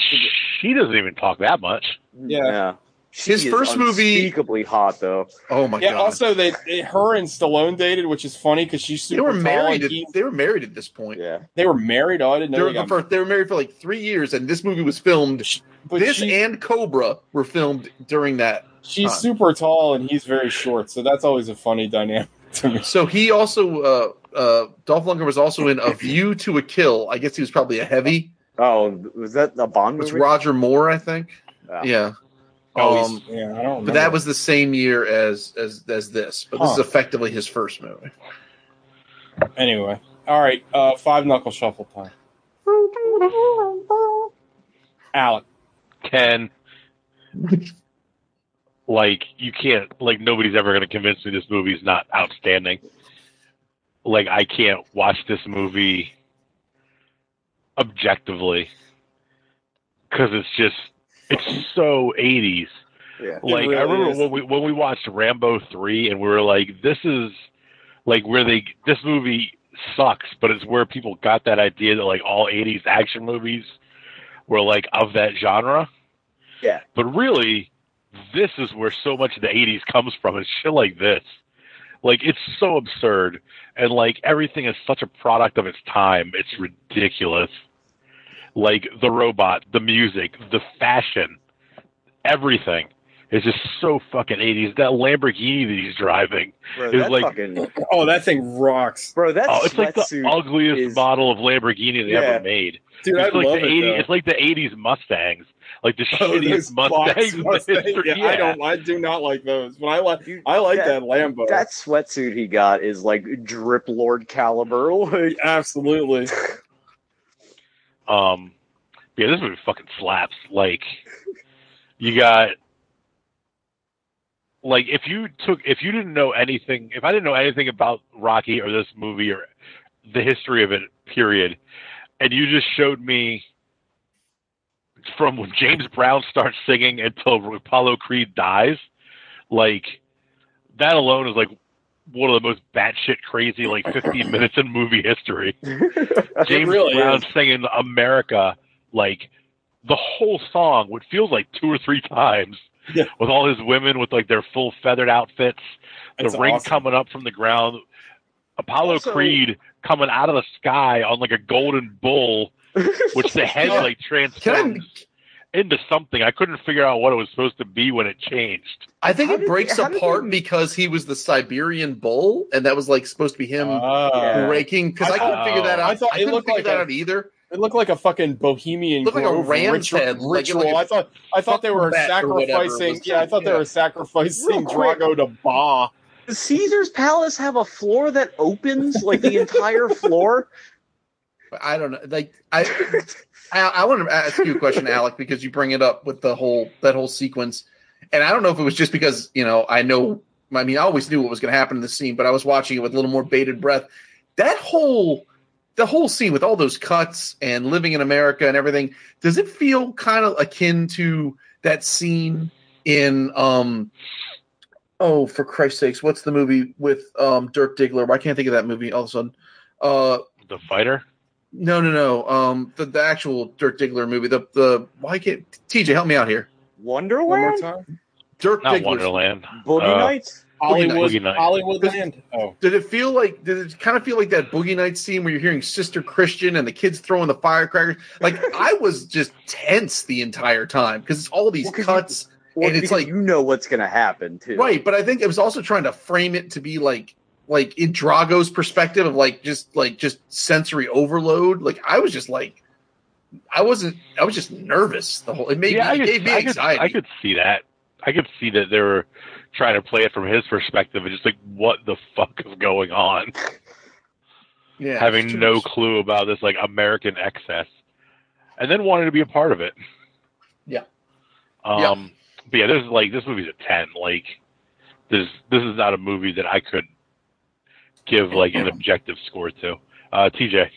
S9: She doesn't even talk that much.
S10: Yeah.
S11: She
S8: His
S11: is
S8: first movie-
S11: unspeakably hot though.
S8: Oh, my
S10: yeah.
S8: God.
S10: Also, they, they her and Stallone dated, which is funny because she's
S8: they
S10: super
S8: were
S10: tall
S8: married.
S10: and
S8: At,
S10: he-
S8: they were married at this point.
S11: Yeah.
S10: they were married. Oh, I didn't
S8: they
S10: know.
S8: were,
S10: They got,
S8: for, they were married for like three years, and this movie was filmed.
S10: but
S8: this
S10: she-
S8: and Cobra were filmed during that.
S10: she's
S8: Huh.
S10: super tall and he's very short, so that's always a funny dynamic to me.
S8: So he also, uh, uh, Dolph Lundgren was also in A View to a Kill. I guess he was probably a heavy.
S11: Oh, was that a Bond
S8: It's
S11: movie?
S8: Roger Moore, I think.
S11: Oh.
S8: Yeah.
S10: Oh,
S8: Um,
S10: he's- yeah, I don't.
S8: but that
S10: remember.
S8: was the same year as as as this. But this
S10: Huh.
S8: is effectively his first movie.
S10: anyway. All right, uh, five knuckle shuffle time. Alec,
S9: Ten. Like you can't. Like nobody's ever going to convince me this movie's not outstanding. Like I can't watch this movie objectively because it's just it's so eighties.
S11: Yeah.
S9: like
S10: It really
S9: I remember
S10: is.
S9: when we when we watched Rambo three and we were like, this is like where they this movie sucks, but it's where people got that idea that like all eighties action movies were like of that genre.
S11: Yeah.
S9: But really, this is where so much of the eighties comes from is shit like this. Like it's so absurd and like everything is such a product of its time. It's ridiculous. Like the robot, the music, the fashion, everything is just so fucking eighties. That Lamborghini that he's driving
S11: Bro,
S9: is
S11: that
S9: like
S11: fucking,
S10: oh, that thing rocks,
S11: bro, that
S9: oh, it's like the
S11: sweatsuit
S9: ugliest
S11: is-
S9: model of Lamborghini they
S11: Yeah.
S9: ever made.
S10: dude.
S9: it's
S10: I
S9: like
S10: love
S9: the
S10: it. though.
S9: It's like the eighties Mustangs, like the
S10: Oh,
S9: shittiest
S10: those box
S9: Mustangs. in
S10: Mustangs.
S9: history.
S10: Yeah, I don't. I do not like those, but I like.
S11: Dude,
S10: I like
S11: that-
S10: that, Lambo.
S11: That sweatsuit he got is like drip lord caliber. Like,
S10: absolutely.
S9: Um, yeah, this movie fucking slaps. Like, you got like if you took if you didn't know anything, if I didn't know anything about Rocky or this movie or the history of it, period, and you just showed me from when James Brown starts singing until Apollo Creed dies, like that alone is like one of the most batshit crazy like 15 minutes in movie history. James
S10: really
S9: Brown
S10: is.
S9: singing America like the whole song, which feels like two or three times,
S10: Yeah.
S9: with all his women with like their full feathered outfits, the
S10: That's
S9: ring
S10: awesome.
S9: coming up from the ground, Apollo
S11: Also-
S9: Creed coming out of the sky on like a golden bull, which the head
S8: Yeah.
S9: like transforms into something. I couldn't figure out what it was supposed to be when it changed.
S8: I think
S11: How
S8: it
S11: did-
S8: breaks
S11: how did
S8: apart
S11: you-
S8: because he was the Siberian bull, and that was like supposed to be him
S10: Ah.
S8: breaking. Because
S10: I
S8: I, couldn't
S9: thought-
S8: figure that out.
S10: uh, I
S8: I,
S10: thought it
S8: couldn't
S10: looked
S8: figure
S10: like
S8: that
S10: a-
S8: out either.
S10: It looked like a fucking Bohemian
S8: Looked like a
S10: Grove
S8: ram's
S10: ritual.
S8: head, like-
S10: ritual.
S8: like a
S10: I thought I thought they were
S8: bat or whatever was
S10: sacrificing.
S8: just-
S10: Yeah, I thought they
S8: yeah.
S10: were sacrificing
S11: Real quick.
S10: Drago to Ba.
S11: Does Caesar's Palace have a floor that opens like the entire floor?
S8: But I don't know. Like I, I, I want to ask you a question, Alec, because you bring it up with the whole that whole sequence, and I don't know if it was just because you know I know. I mean, I always knew what was going to happen in the scene, but I was watching it with a little more bated breath. That whole, the whole scene with all those cuts and living in America and everything. Does it feel kind of akin to that scene in um? Oh, for Christ's sakes, what's the movie with um Dirk Diggler? Why can't I think of that movie all of a sudden? Uh,
S9: The fighter.
S8: no, no, no. Um, the, the actual Dirk Diggler movie. The the why can't TJ help me out here?
S10: One more
S11: Wonderland?
S10: time.
S8: Dirk
S9: Not
S8: Diggler's-
S9: Wonderland.
S11: Boogie
S9: Uh,
S11: Nights?
S10: Hollywood,
S9: Boogie Nights.
S10: Hollywood Land. Oh,
S8: Did it feel like? Did it kind of feel like that Boogie Nights scene where you're hearing Sister Christian and the kids throwing the firecrackers? Like I was just tense the entire time because it's all these
S11: Well, 'cause you-
S8: cuts.
S11: Well,
S8: And it's
S11: because
S8: like-
S11: you know what's going to happen too.
S8: Right, but I think it was also trying to frame it to be like like in Drago's perspective of like just like just sensory overload. Like I was just like I wasn't I was just nervous the whole it made
S9: yeah,
S8: me,
S9: I
S8: it
S9: could,
S8: gave me
S9: I, could,
S8: anxiety.
S9: I could see that. I could see that they were trying to play it from his perspective and just like, what the fuck is going on?
S8: yeah, it's
S9: Having
S8: too
S9: no
S8: much.
S9: clue about this like American excess, and then wanting to be a part of it.
S8: Yeah.
S9: Um. But yeah, this is like this movie's a ten. Like this this is not a movie that I could give like an objective score to. Uh, TJ.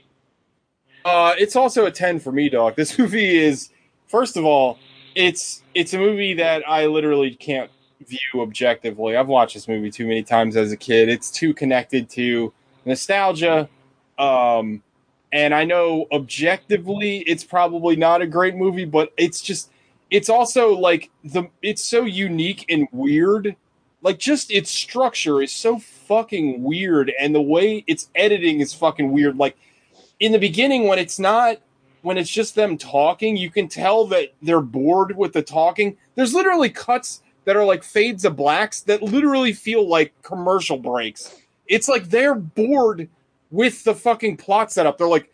S10: Uh, it's also a ten for me, dog. This movie is, first of all, it's it's a movie that I literally can't view objectively. I've watched this movie too many times as a kid. It's too connected to nostalgia, um, and I know objectively it's probably not a great movie, but it's just it's also like the it's so unique and weird. Like just its structure is so fucking weird, and the way its editing is fucking weird. Like in the beginning when it's not when it's just them talking you can tell that they're bored with the talking there's literally cuts that are like fades of blacks that literally feel like commercial breaks it's like they're bored with the fucking plot setup they're like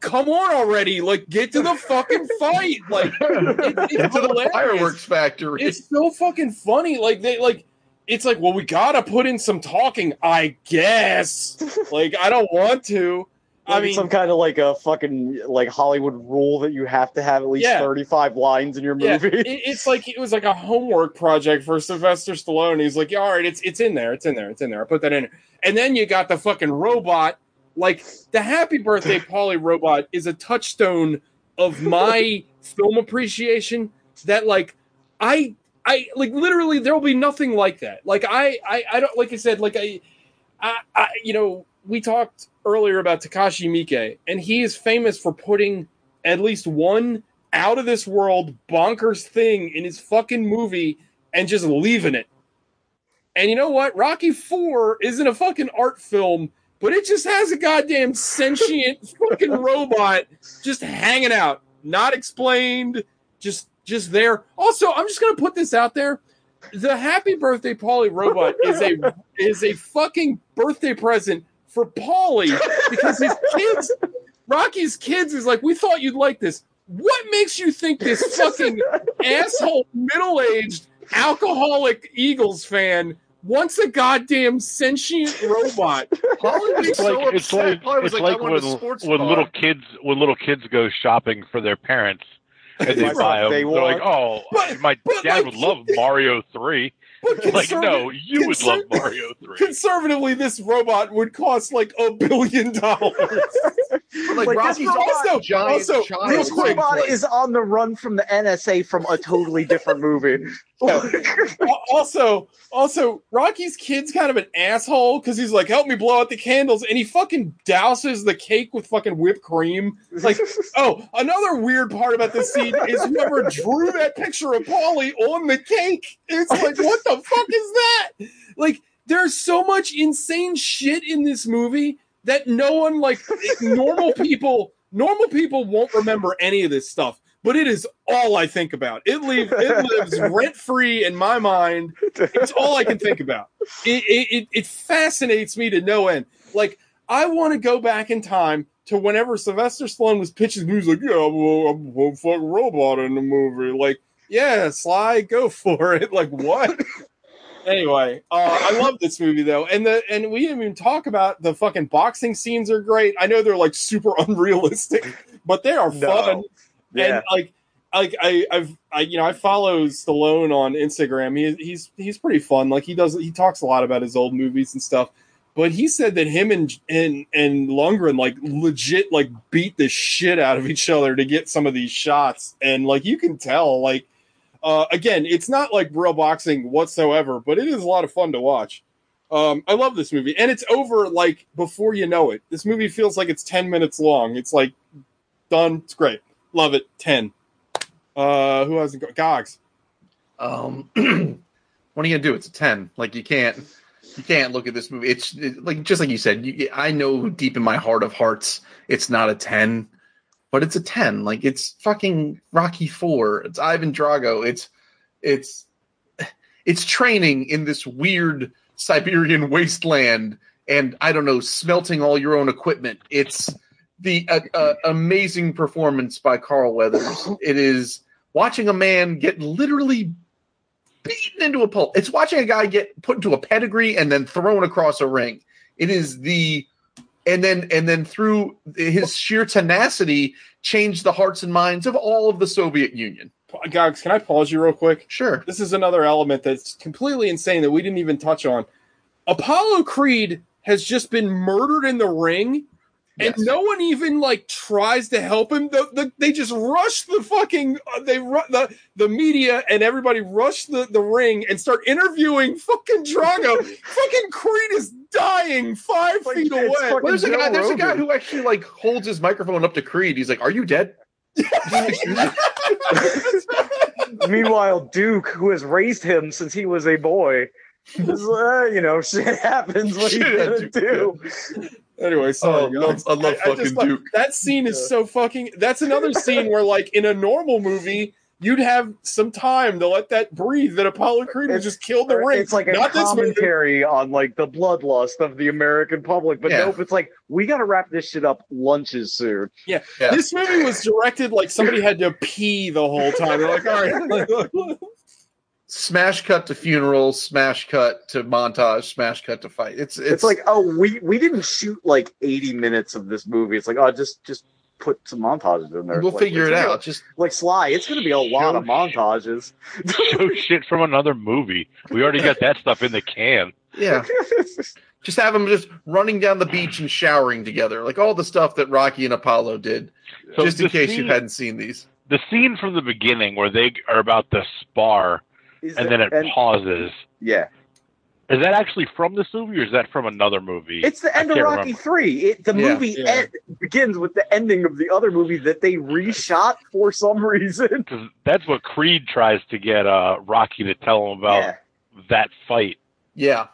S10: come on already like get to the fucking fight like it- it's
S8: Get to the
S10: hilarious.
S8: fireworks factory.
S10: It's so fucking funny. Like they like it's like, well, we gotta put in some talking, I guess. like I don't want to. I
S11: Like,
S10: mean,
S11: some kind of like a fucking like Hollywood rule that you have to have at least
S10: Yeah.
S11: 35 lines in your
S10: yeah,
S11: movie.
S10: it, it's like it was like a homework project for Sylvester Stallone. He's like, yeah, all right, it's it's in there, it's in there, it's in there. I put that in. And then you got the fucking robot. Like the Happy Birthday Polly robot is a touchstone of my film appreciation. That like I I like literally there will be nothing like that. Like I I, I don't like I said like I, I I you know we talked earlier about Takashi Miike and he is famous for putting at least one out of this world bonkers thing in his fucking movie and just leaving it. And you know what? Rocky 4 isn't a fucking art film, but it just has a goddamn sentient fucking robot just hanging out, not explained, just just there. Also, I'm just going to put this out there. The Happy Birthday Polly robot is a is a fucking birthday present for Polly because his kids Rocky's kids is like, we thought you'd like this. What makes you think this fucking asshole middle aged alcoholic Eagles fan wants a goddamn sentient robot?
S8: Polly was
S9: It's
S8: so upset.
S9: like it's like
S8: Polly was
S9: it's
S8: like,
S9: like
S8: I wanted
S9: when
S8: a sports
S9: when
S8: car.
S9: little kids when little kids go shopping for their parents and they
S11: That's
S9: buy
S11: what
S9: them.
S11: they
S9: They are like, oh,
S10: But-
S9: my
S10: but,
S9: dad
S10: like,
S9: would love Mario Three.
S10: But
S9: Like, no,
S10: conserva-
S9: you would love
S10: conser-
S9: Mario Three.
S10: Conservatively, this robot would cost like a billion dollars.
S8: But, like,
S11: Like,
S8: Rocky's
S11: that's
S8: also,
S10: also-
S8: giant
S10: also,
S8: child.
S10: real
S11: This
S10: quick,
S11: robot is on the run from the NSA from a totally different movie.
S10: Al- also, also, Rocky's kid's kind of an asshole because he's like, "Help me blow out the candles," and he fucking douses the cake with fucking whipped cream. Like, oh, another weird part about this scene is whoever drew that picture of Polly on the cake. It's like, what the fuck is that? Like, there's so much insane shit in this movie that no one like normal people normal people won't remember any of this stuff but it is all i think about it leave, it lives rent free in my mind it's all i can think about it, it, it, it fascinates me to no end like I want to go back in time to whenever Sylvester Stallone was pitching movies like, yeah, I'm a, I'm a whole fucking robot in the movie. Like, yeah, Sly, go for it. Like, what? anyway, uh, I love this movie though, and the and we didn't even talk about the fucking boxing scenes are great. I know they're like super unrealistic, but they are
S11: No.
S10: fun.
S11: Yeah.
S10: And like, like I, I've, I, you know, I follow Stallone on Instagram. He, he's he's pretty fun. Like he does, he talks a lot about his old movies and stuff. But he said that him and and and Lundgren like legit like beat the shit out of each other to get some of these shots, and like you can tell like uh, again, it's not like real boxing whatsoever, but it is a lot of fun to watch. Um, I love this movie, and it's over like before you know it. This movie feels like it's ten minutes long. It's like done. It's great. Love it. Ten. Uh, who hasn't got Gogs?
S8: Um, what are you gonna do? It's a ten. Like you can't, you can't look at this movie. It's it- like just like you said. You, I know deep in my heart of hearts, it's not a ten, but it's a ten. Like it's fucking Rocky Four. It's Ivan Drago. It's it's it's training in this weird Siberian wasteland, and I don't know, smelting all your own equipment. It's the uh, uh, amazing performance by Carl Weathers. It is watching a man get literally beaten into a pulp. It's watching a guy get put into a pedigree and then thrown across a ring. It is the and then and then through his sheer tenacity changed the hearts and minds of all of the Soviet Union.
S10: Gogs, can I pause you real quick?
S8: Sure.
S10: This is another element that's completely insane that we didn't even touch on. Apollo Creed has just been murdered in the ring, and no one even like tries to help him. The, the, they just rush the fucking uh, they ru- the the media and everybody rush the the ring and start interviewing fucking Drago. fucking Creed is dying five feet away.
S8: Well, there's a guy. There's a guy who actually like holds his microphone up to Creed. He's like, "Are you dead?"
S11: Meanwhile, Duke, who has raised him since he was a boy, is, uh, you know, shit happens. What are you
S10: Shit,
S11: gonna
S10: Duke,
S11: do?
S10: Anyway, sorry.
S8: Oh, love-
S10: guys.
S8: I love
S10: just
S8: fucking
S10: love-
S8: Duke.
S10: That scene is so fucking. That's another scene where, like, in a normal movie, you'd have some time to let that breathe. That Apollo Creed would just kill the ring.
S11: It's like a commentary on like the bloodlust of the American public, but
S8: Yeah.
S11: nope, it's like we got to wrap this shit up. Lunches soon.
S10: Yeah.
S8: Yeah.
S10: this movie was directed like somebody had to pee the whole time. They're like, all right,
S8: Smash cut to funeral. Smash cut to montage. Smash cut to fight. It's it's,
S11: It's, like, oh, we we didn't shoot like eighty minutes of this movie. It's like, oh, just just put some montages in there.
S8: we'll
S11: Like,
S8: figure it
S11: it's-
S8: out. Just
S11: Like Sly, it's going to be a lot of montages.
S9: Show shit from another movie. We already got that stuff in the can.
S8: yeah, just have them just running down the beach and showering together, like all the stuff that Rocky and Apollo did.
S9: So
S8: just in
S9: the
S8: case
S9: scene-
S8: you hadn't seen these,
S9: The scene from the beginning where they are about to spar
S11: Is
S9: and then it
S11: and-
S9: pauses.
S11: yeah,
S9: Is that actually from this movie or is that from another movie?
S11: it's the
S9: I
S11: end of
S9: can't
S11: Rocky
S9: remember.
S11: Three. It, the
S8: Yeah.
S11: movie
S10: Yeah.
S11: End, begins with the ending of the other movie that they reshot for some reason.
S9: 'Cause That's what Creed tries to get uh, Rocky to tell him about
S11: Yeah.
S9: that fight.
S8: yeah,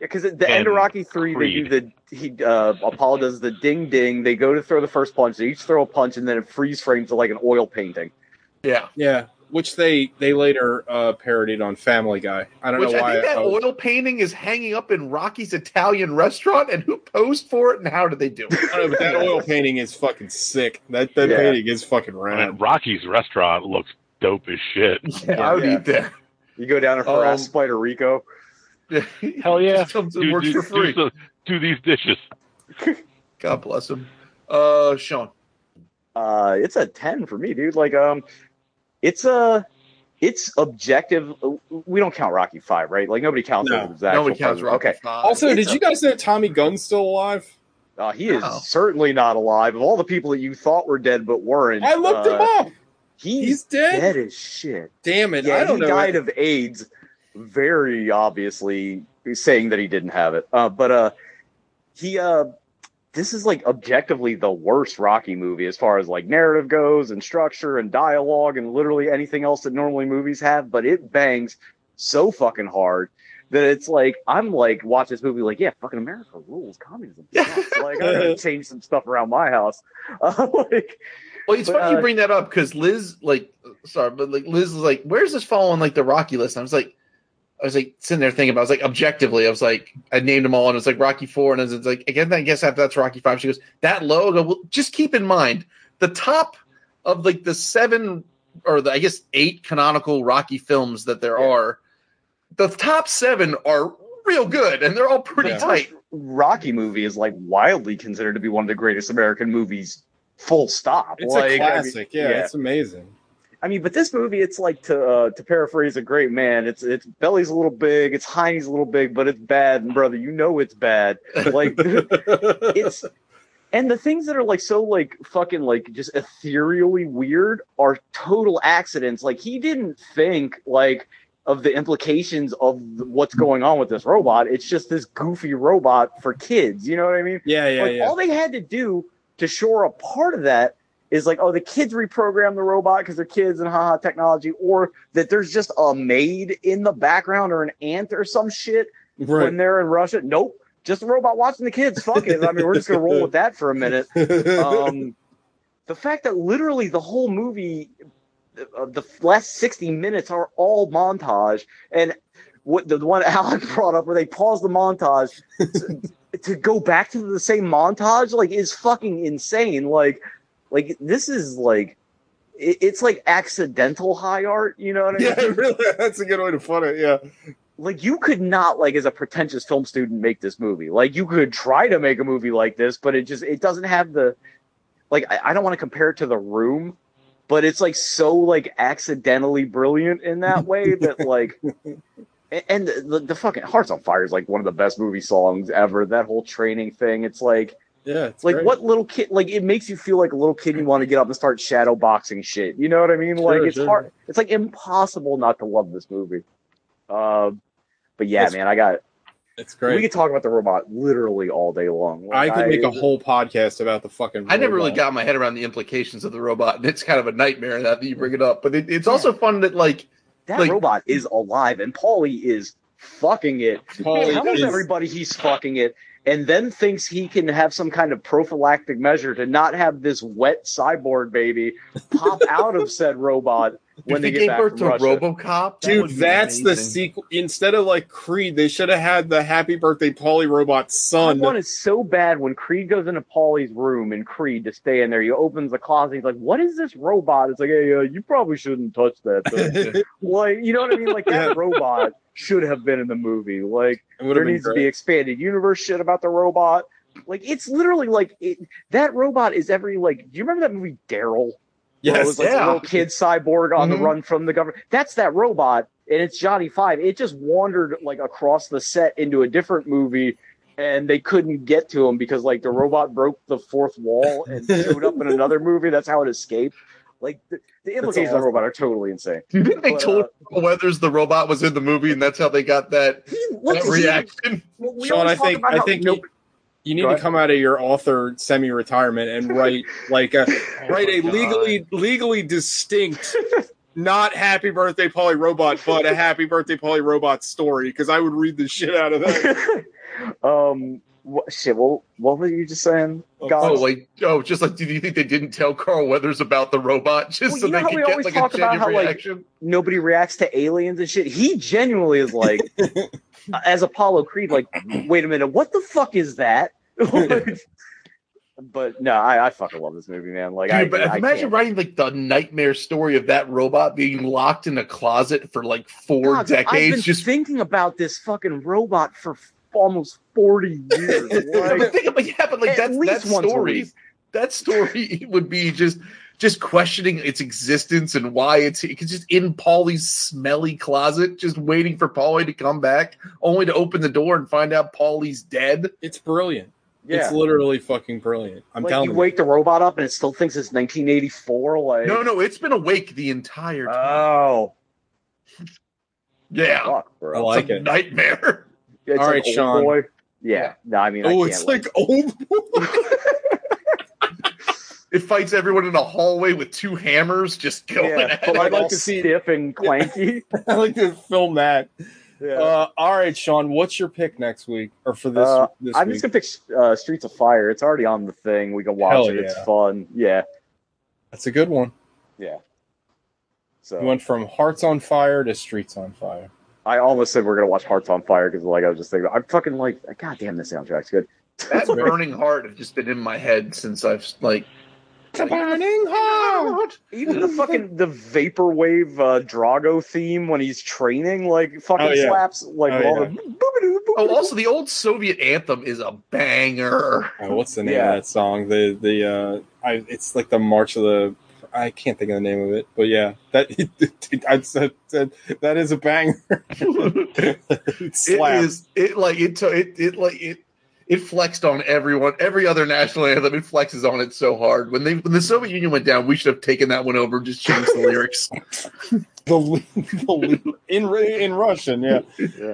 S11: Because the end of
S9: And
S11: Rocky three, they do the he uh, Apollo does the ding ding. They go to throw the first punch. They each throw a punch, and then it freeze frames to like an oil painting.
S8: yeah.
S10: yeah. Which they they later uh, parodied on Family Guy. I don't
S8: Which
S10: know
S8: I
S10: why.
S8: think that
S10: I was-
S8: oil painting is hanging up in Rocky's Italian restaurant, and who posed for it, and how did they do it?
S10: I don't know, but that oil painting is fucking sick. That that
S11: Yeah.
S10: painting is fucking
S9: I mean,
S10: rad.
S9: Rocky's restaurant looks dope as shit.
S8: Yeah, I would
S11: Yeah.
S8: eat that.
S11: You go down and harass
S8: Um,
S11: Spider Rico.
S9: Hell yeah.
S8: Just comes and
S9: Do-
S8: works
S9: do-
S8: for
S9: do
S8: free.
S9: so- do these dishes.
S8: God bless him. Uh, Sean.
S11: uh it's a 10 for me dude like um it's a it's objective we don't count rocky 5 right like nobody counts
S10: No,
S11: it as
S8: No
S11: actual
S8: one counts
S11: president.
S8: Rocky
S11: okay
S8: Five.
S10: Also,
S11: it's
S10: did
S11: a-
S10: you guys know Tommy Gunn's still alive?
S11: uh, he is
S10: Oh.
S8: No.
S11: certainly not alive of all the people that you thought were dead but weren't
S10: I looked
S11: uh,
S10: him up.
S11: he's,
S10: He's dead.
S11: dead as shit
S10: Damn it!
S11: yeah
S10: I don't
S11: he
S10: know.
S11: died of aids very obviously saying that he didn't have it uh but uh he uh this is like objectively the worst Rocky movie as far as like narrative goes and structure and dialogue and literally anything else that normally movies have, but it bangs so fucking hard that it's like I'm like watch this movie like yeah fucking America rules communism sucks. like I gotta change some stuff around my house uh, like
S8: Well, it's
S11: But,
S8: funny you
S11: uh,
S8: bring that up because Liz, like, sorry, but like Liz was like, "Where's this fall on like the Rocky list?" And I was like, I was like sitting there thinking about. I was like objectively, I was like I named them all, and it was like Rocky Four, and I was like again, I guess after that's Rocky Five. She goes that logo. Well, just keep in mind the top of like the seven or the, I guess eight canonical Rocky films that there are. The top seven are real good, and they're all pretty
S11: The
S8: tight.
S11: first Rocky movie is like wildly considered to be one of the greatest American movies. Full stop.
S10: It's
S11: Like, I
S10: a
S11: mean,
S10: classic. yeah, it's amazing.
S11: I mean, but this movie, it's like to uh, to paraphrase a great man. It's it's belly's a little big, it's hiney's a little big, but it's bad, and brother, you know it's bad. Like it's and the things that are like so like fucking like just ethereally weird are total accidents. Like he didn't think like of the implications of th- what's going on with this robot. It's just this goofy robot for kids. You know what I mean?
S10: Yeah, yeah,
S11: Like
S10: yeah.
S11: all they had to do to shore up part of that is like, oh, the kids reprogram the robot because they're kids and haha technology, or that there's just a maid in the background or an ant or some shit
S10: Right.
S11: when they're in Russia. Nope, just the robot watching the kids. Fuck it. I mean, we're just gonna roll with that for a minute. Um, the fact that literally the whole movie, uh, the last sixty minutes are all montage, and what the one Alec brought up where they pause the montage to go back to the same montage like is fucking insane like like this is like it- it's like accidental high art you know what i mean
S10: Yeah, really. That's a good way to put it. Yeah.
S11: like you could not like as a pretentious film student make this movie like you could try to make a movie like this but it just it doesn't have the like i, I don't want to compare it to the room but it's like so like accidentally brilliant in that way that like a- and the, the fucking hearts on fire is like one of the best movie songs ever that whole training thing it's like
S10: Yeah. It's
S11: like
S10: great.
S11: what little kid like it makes you feel like a little kid you want to get up and start shadow boxing shit you know what i mean like
S10: Sure,
S11: it's
S10: sure.
S11: hard it's like impossible not to love this movie uh, but yeah
S10: That's-
S11: man i got
S10: It's
S11: we
S10: great.
S11: could talk about the robot literally all day long
S10: I
S11: Like,
S10: could make a whole podcast about the fucking.
S8: I never really
S10: robot.
S8: got my head around the implications of the robot, and it's kind of a nightmare now that you bring it up. But it, it's also fun that like
S11: that
S8: like-
S11: robot is alive and paulie is fucking it
S10: Paulie
S11: he tells
S10: Oh, is-
S11: everybody he's fucking it and then thinks he can have some kind of prophylactic measure to not have this wet cyborg baby pop out of said robot when
S8: when
S11: they,
S8: they,
S11: get
S8: gave
S11: back
S8: birth
S11: from
S8: to
S11: Russia.
S8: RoboCop, that
S10: Dude,
S8: would be
S10: that's the
S8: amazing.
S10: sequel. Instead of like Creed, they should have had the Happy Birthday Polly Robot son.
S11: I want it so bad when Creed goes into Paulie's room and Creed to stay in there. He opens the closet. He's like, "What is this robot?" It's like, "Hey, uh, you probably shouldn't touch that." thing." like, you know what I mean? Like that robot should have been in the movie. Like,
S10: It would've
S11: there
S10: been
S11: needs to
S10: great.
S11: be expanded universe shit about the robot. Like, it's literally like it, that robot is every like. Do you remember that movie Daryl? Where it
S10: Yes,
S11: was like
S8: yeah.
S11: a little kid cyborg on the
S8: Mhm.
S11: run from the government. That's that robot, and it's Johnny Five. It just wandered like across the set into a different movie, and they couldn't get to him because like the robot broke the fourth wall and showed up in another movie. That's how it escaped. Like the, the implications of the robot are totally insane.
S8: Do you think they
S11: But,
S8: told Weathers the robot was in the movie, and that's how they got that,
S11: What
S8: that
S11: did he-
S8: reaction?
S11: well, we
S10: Sean,
S11: always
S10: I
S11: talk
S10: think
S11: about
S10: I
S11: how
S10: think
S11: no-
S10: you, you need
S11: Go
S10: to
S11: ahead.
S10: come out of your author semi-retirement and write like a write a
S8: God.
S10: legally legally distinct, not Happy Birthday Polly Robot, but a Happy Birthday Polly Robot story because I would read the shit out of that.
S11: um, what, shit. Well, what were you just saying?
S10: Oh,
S11: Gosh?
S8: Oh, like oh, just like do you think they didn't tell Carl Weathers about the robot just
S11: Well,
S8: so
S11: you know
S8: they
S11: how we
S8: could get
S11: always
S8: like
S11: talk
S8: a
S11: about
S8: genuine
S11: how, like-
S8: reaction?
S11: nobody reacts to aliens and shit. He genuinely is like, as Apollo Creed, like, wait a minute, what the fuck is that? but no, I, I fucking love this movie, man. Like, I,
S8: Dude, but
S11: I
S8: imagine
S11: can't.
S8: writing like the nightmare story of that robot being locked in a closet for like four
S11: God, I've
S8: decades,
S11: been
S8: just
S11: thinking about this fucking robot for f- almost forty years.
S8: I mean,
S11: Like,
S8: think about yeah, but like
S11: At
S8: that's that
S11: least once a
S8: story.
S11: week.
S8: That story would be just just questioning its existence and why it's it's just in Paulie's smelly closet, just waiting for Paulie to come back, only to open the door and find out Paulie's dead.
S10: It's brilliant.
S11: yeah.
S10: It's literally fucking brilliant. I'm
S11: like
S10: telling
S11: you
S10: you.
S11: wake the robot up and it still thinks it's 1984. Like,
S8: No, no, it's been awake the entire time.
S11: oh,
S8: yeah,
S11: fuck,
S10: Oh, I
S11: bro.
S8: it's
S10: like
S8: a
S10: it.
S8: nightmare.
S11: It's
S10: All
S11: like
S10: right,
S11: old
S10: Sean.
S11: boy. Yeah, no, I mean, I
S10: Oh,
S11: can't
S10: it's
S11: like-
S10: like old.
S8: It fights everyone in a hallway with two hammers, just going
S11: yeah,
S8: at
S11: but
S8: it.
S11: like
S10: I'd like
S11: all
S10: to see-
S11: stiff and clanky.
S10: I like to film that.
S11: Yeah.
S10: Uh, all right, Sean, what's your pick next week or for this
S11: Uh,
S10: this
S11: I'm
S10: week?
S11: just gonna pick uh, Streets of Fire. It's already on the thing. We can watch
S10: Hell
S11: it. It's
S10: yeah.
S11: fun. Yeah,
S10: That's a good one.
S11: yeah. So
S10: You went from Hearts on Fire to Streets on Fire.
S11: I almost said we're gonna watch Hearts on Fire because like I was just thinking, I'm fucking like, God damn, this soundtrack's good.
S8: That burning heart has just been in my head since I've like
S11: burning heart. Even the fucking the vaporwave uh, Drago theme when he's training, like fucking
S8: Oh, yeah.
S11: slaps, like
S8: Oh,
S11: all
S8: yeah.
S11: the
S8: Oh, also the old Soviet anthem is a banger.
S10: Oh, what's the name
S8: Yeah.
S10: of that song? The the uh, I, it's like the March of the. I can't think of the name of it, but yeah, that I said that, that is a banger. it
S8: It
S10: slaps.
S8: is it like it to- it it like it it flexed on everyone. Every other national anthem, it flexes on it so hard. When they when the Soviet Union went down, we should have taken that one over and just changed the lyrics.
S10: the, li- the li- in Ru- in Russian, yeah.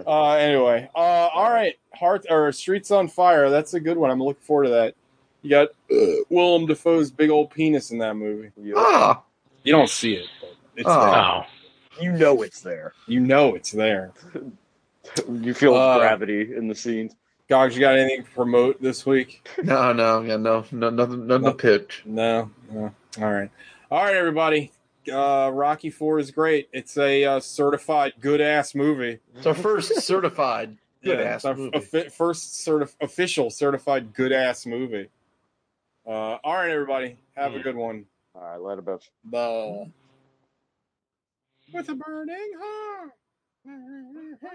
S10: Uh, anyway, uh, all right, Heart or Streets on Fire. That's a good one. I'm looking forward to that. You got uh, Willem Dafoe's big old penis in that movie.
S8: Ah.
S10: You don't see it, but it's
S9: Oh.
S8: Ah.
S10: there.
S11: You know it's there.
S10: You know it's there.
S11: you feel
S10: Uh,
S11: gravity in the scene.
S10: Gogs, you got anything to promote this week?
S8: No, no, yeah, no, no, nothing, nothing to pitch.
S10: No, no. All right, all right, everybody. Uh, Rocky Four is great. It's a uh, certified good ass movie.
S8: It's our first certified
S10: Yeah,
S8: good ass
S10: it's our
S8: movie.
S10: offi- first certif- official certified good ass movie. Uh, all right, everybody, have a good one.
S11: All right, let about
S10: Bye.
S6: With a burning heart.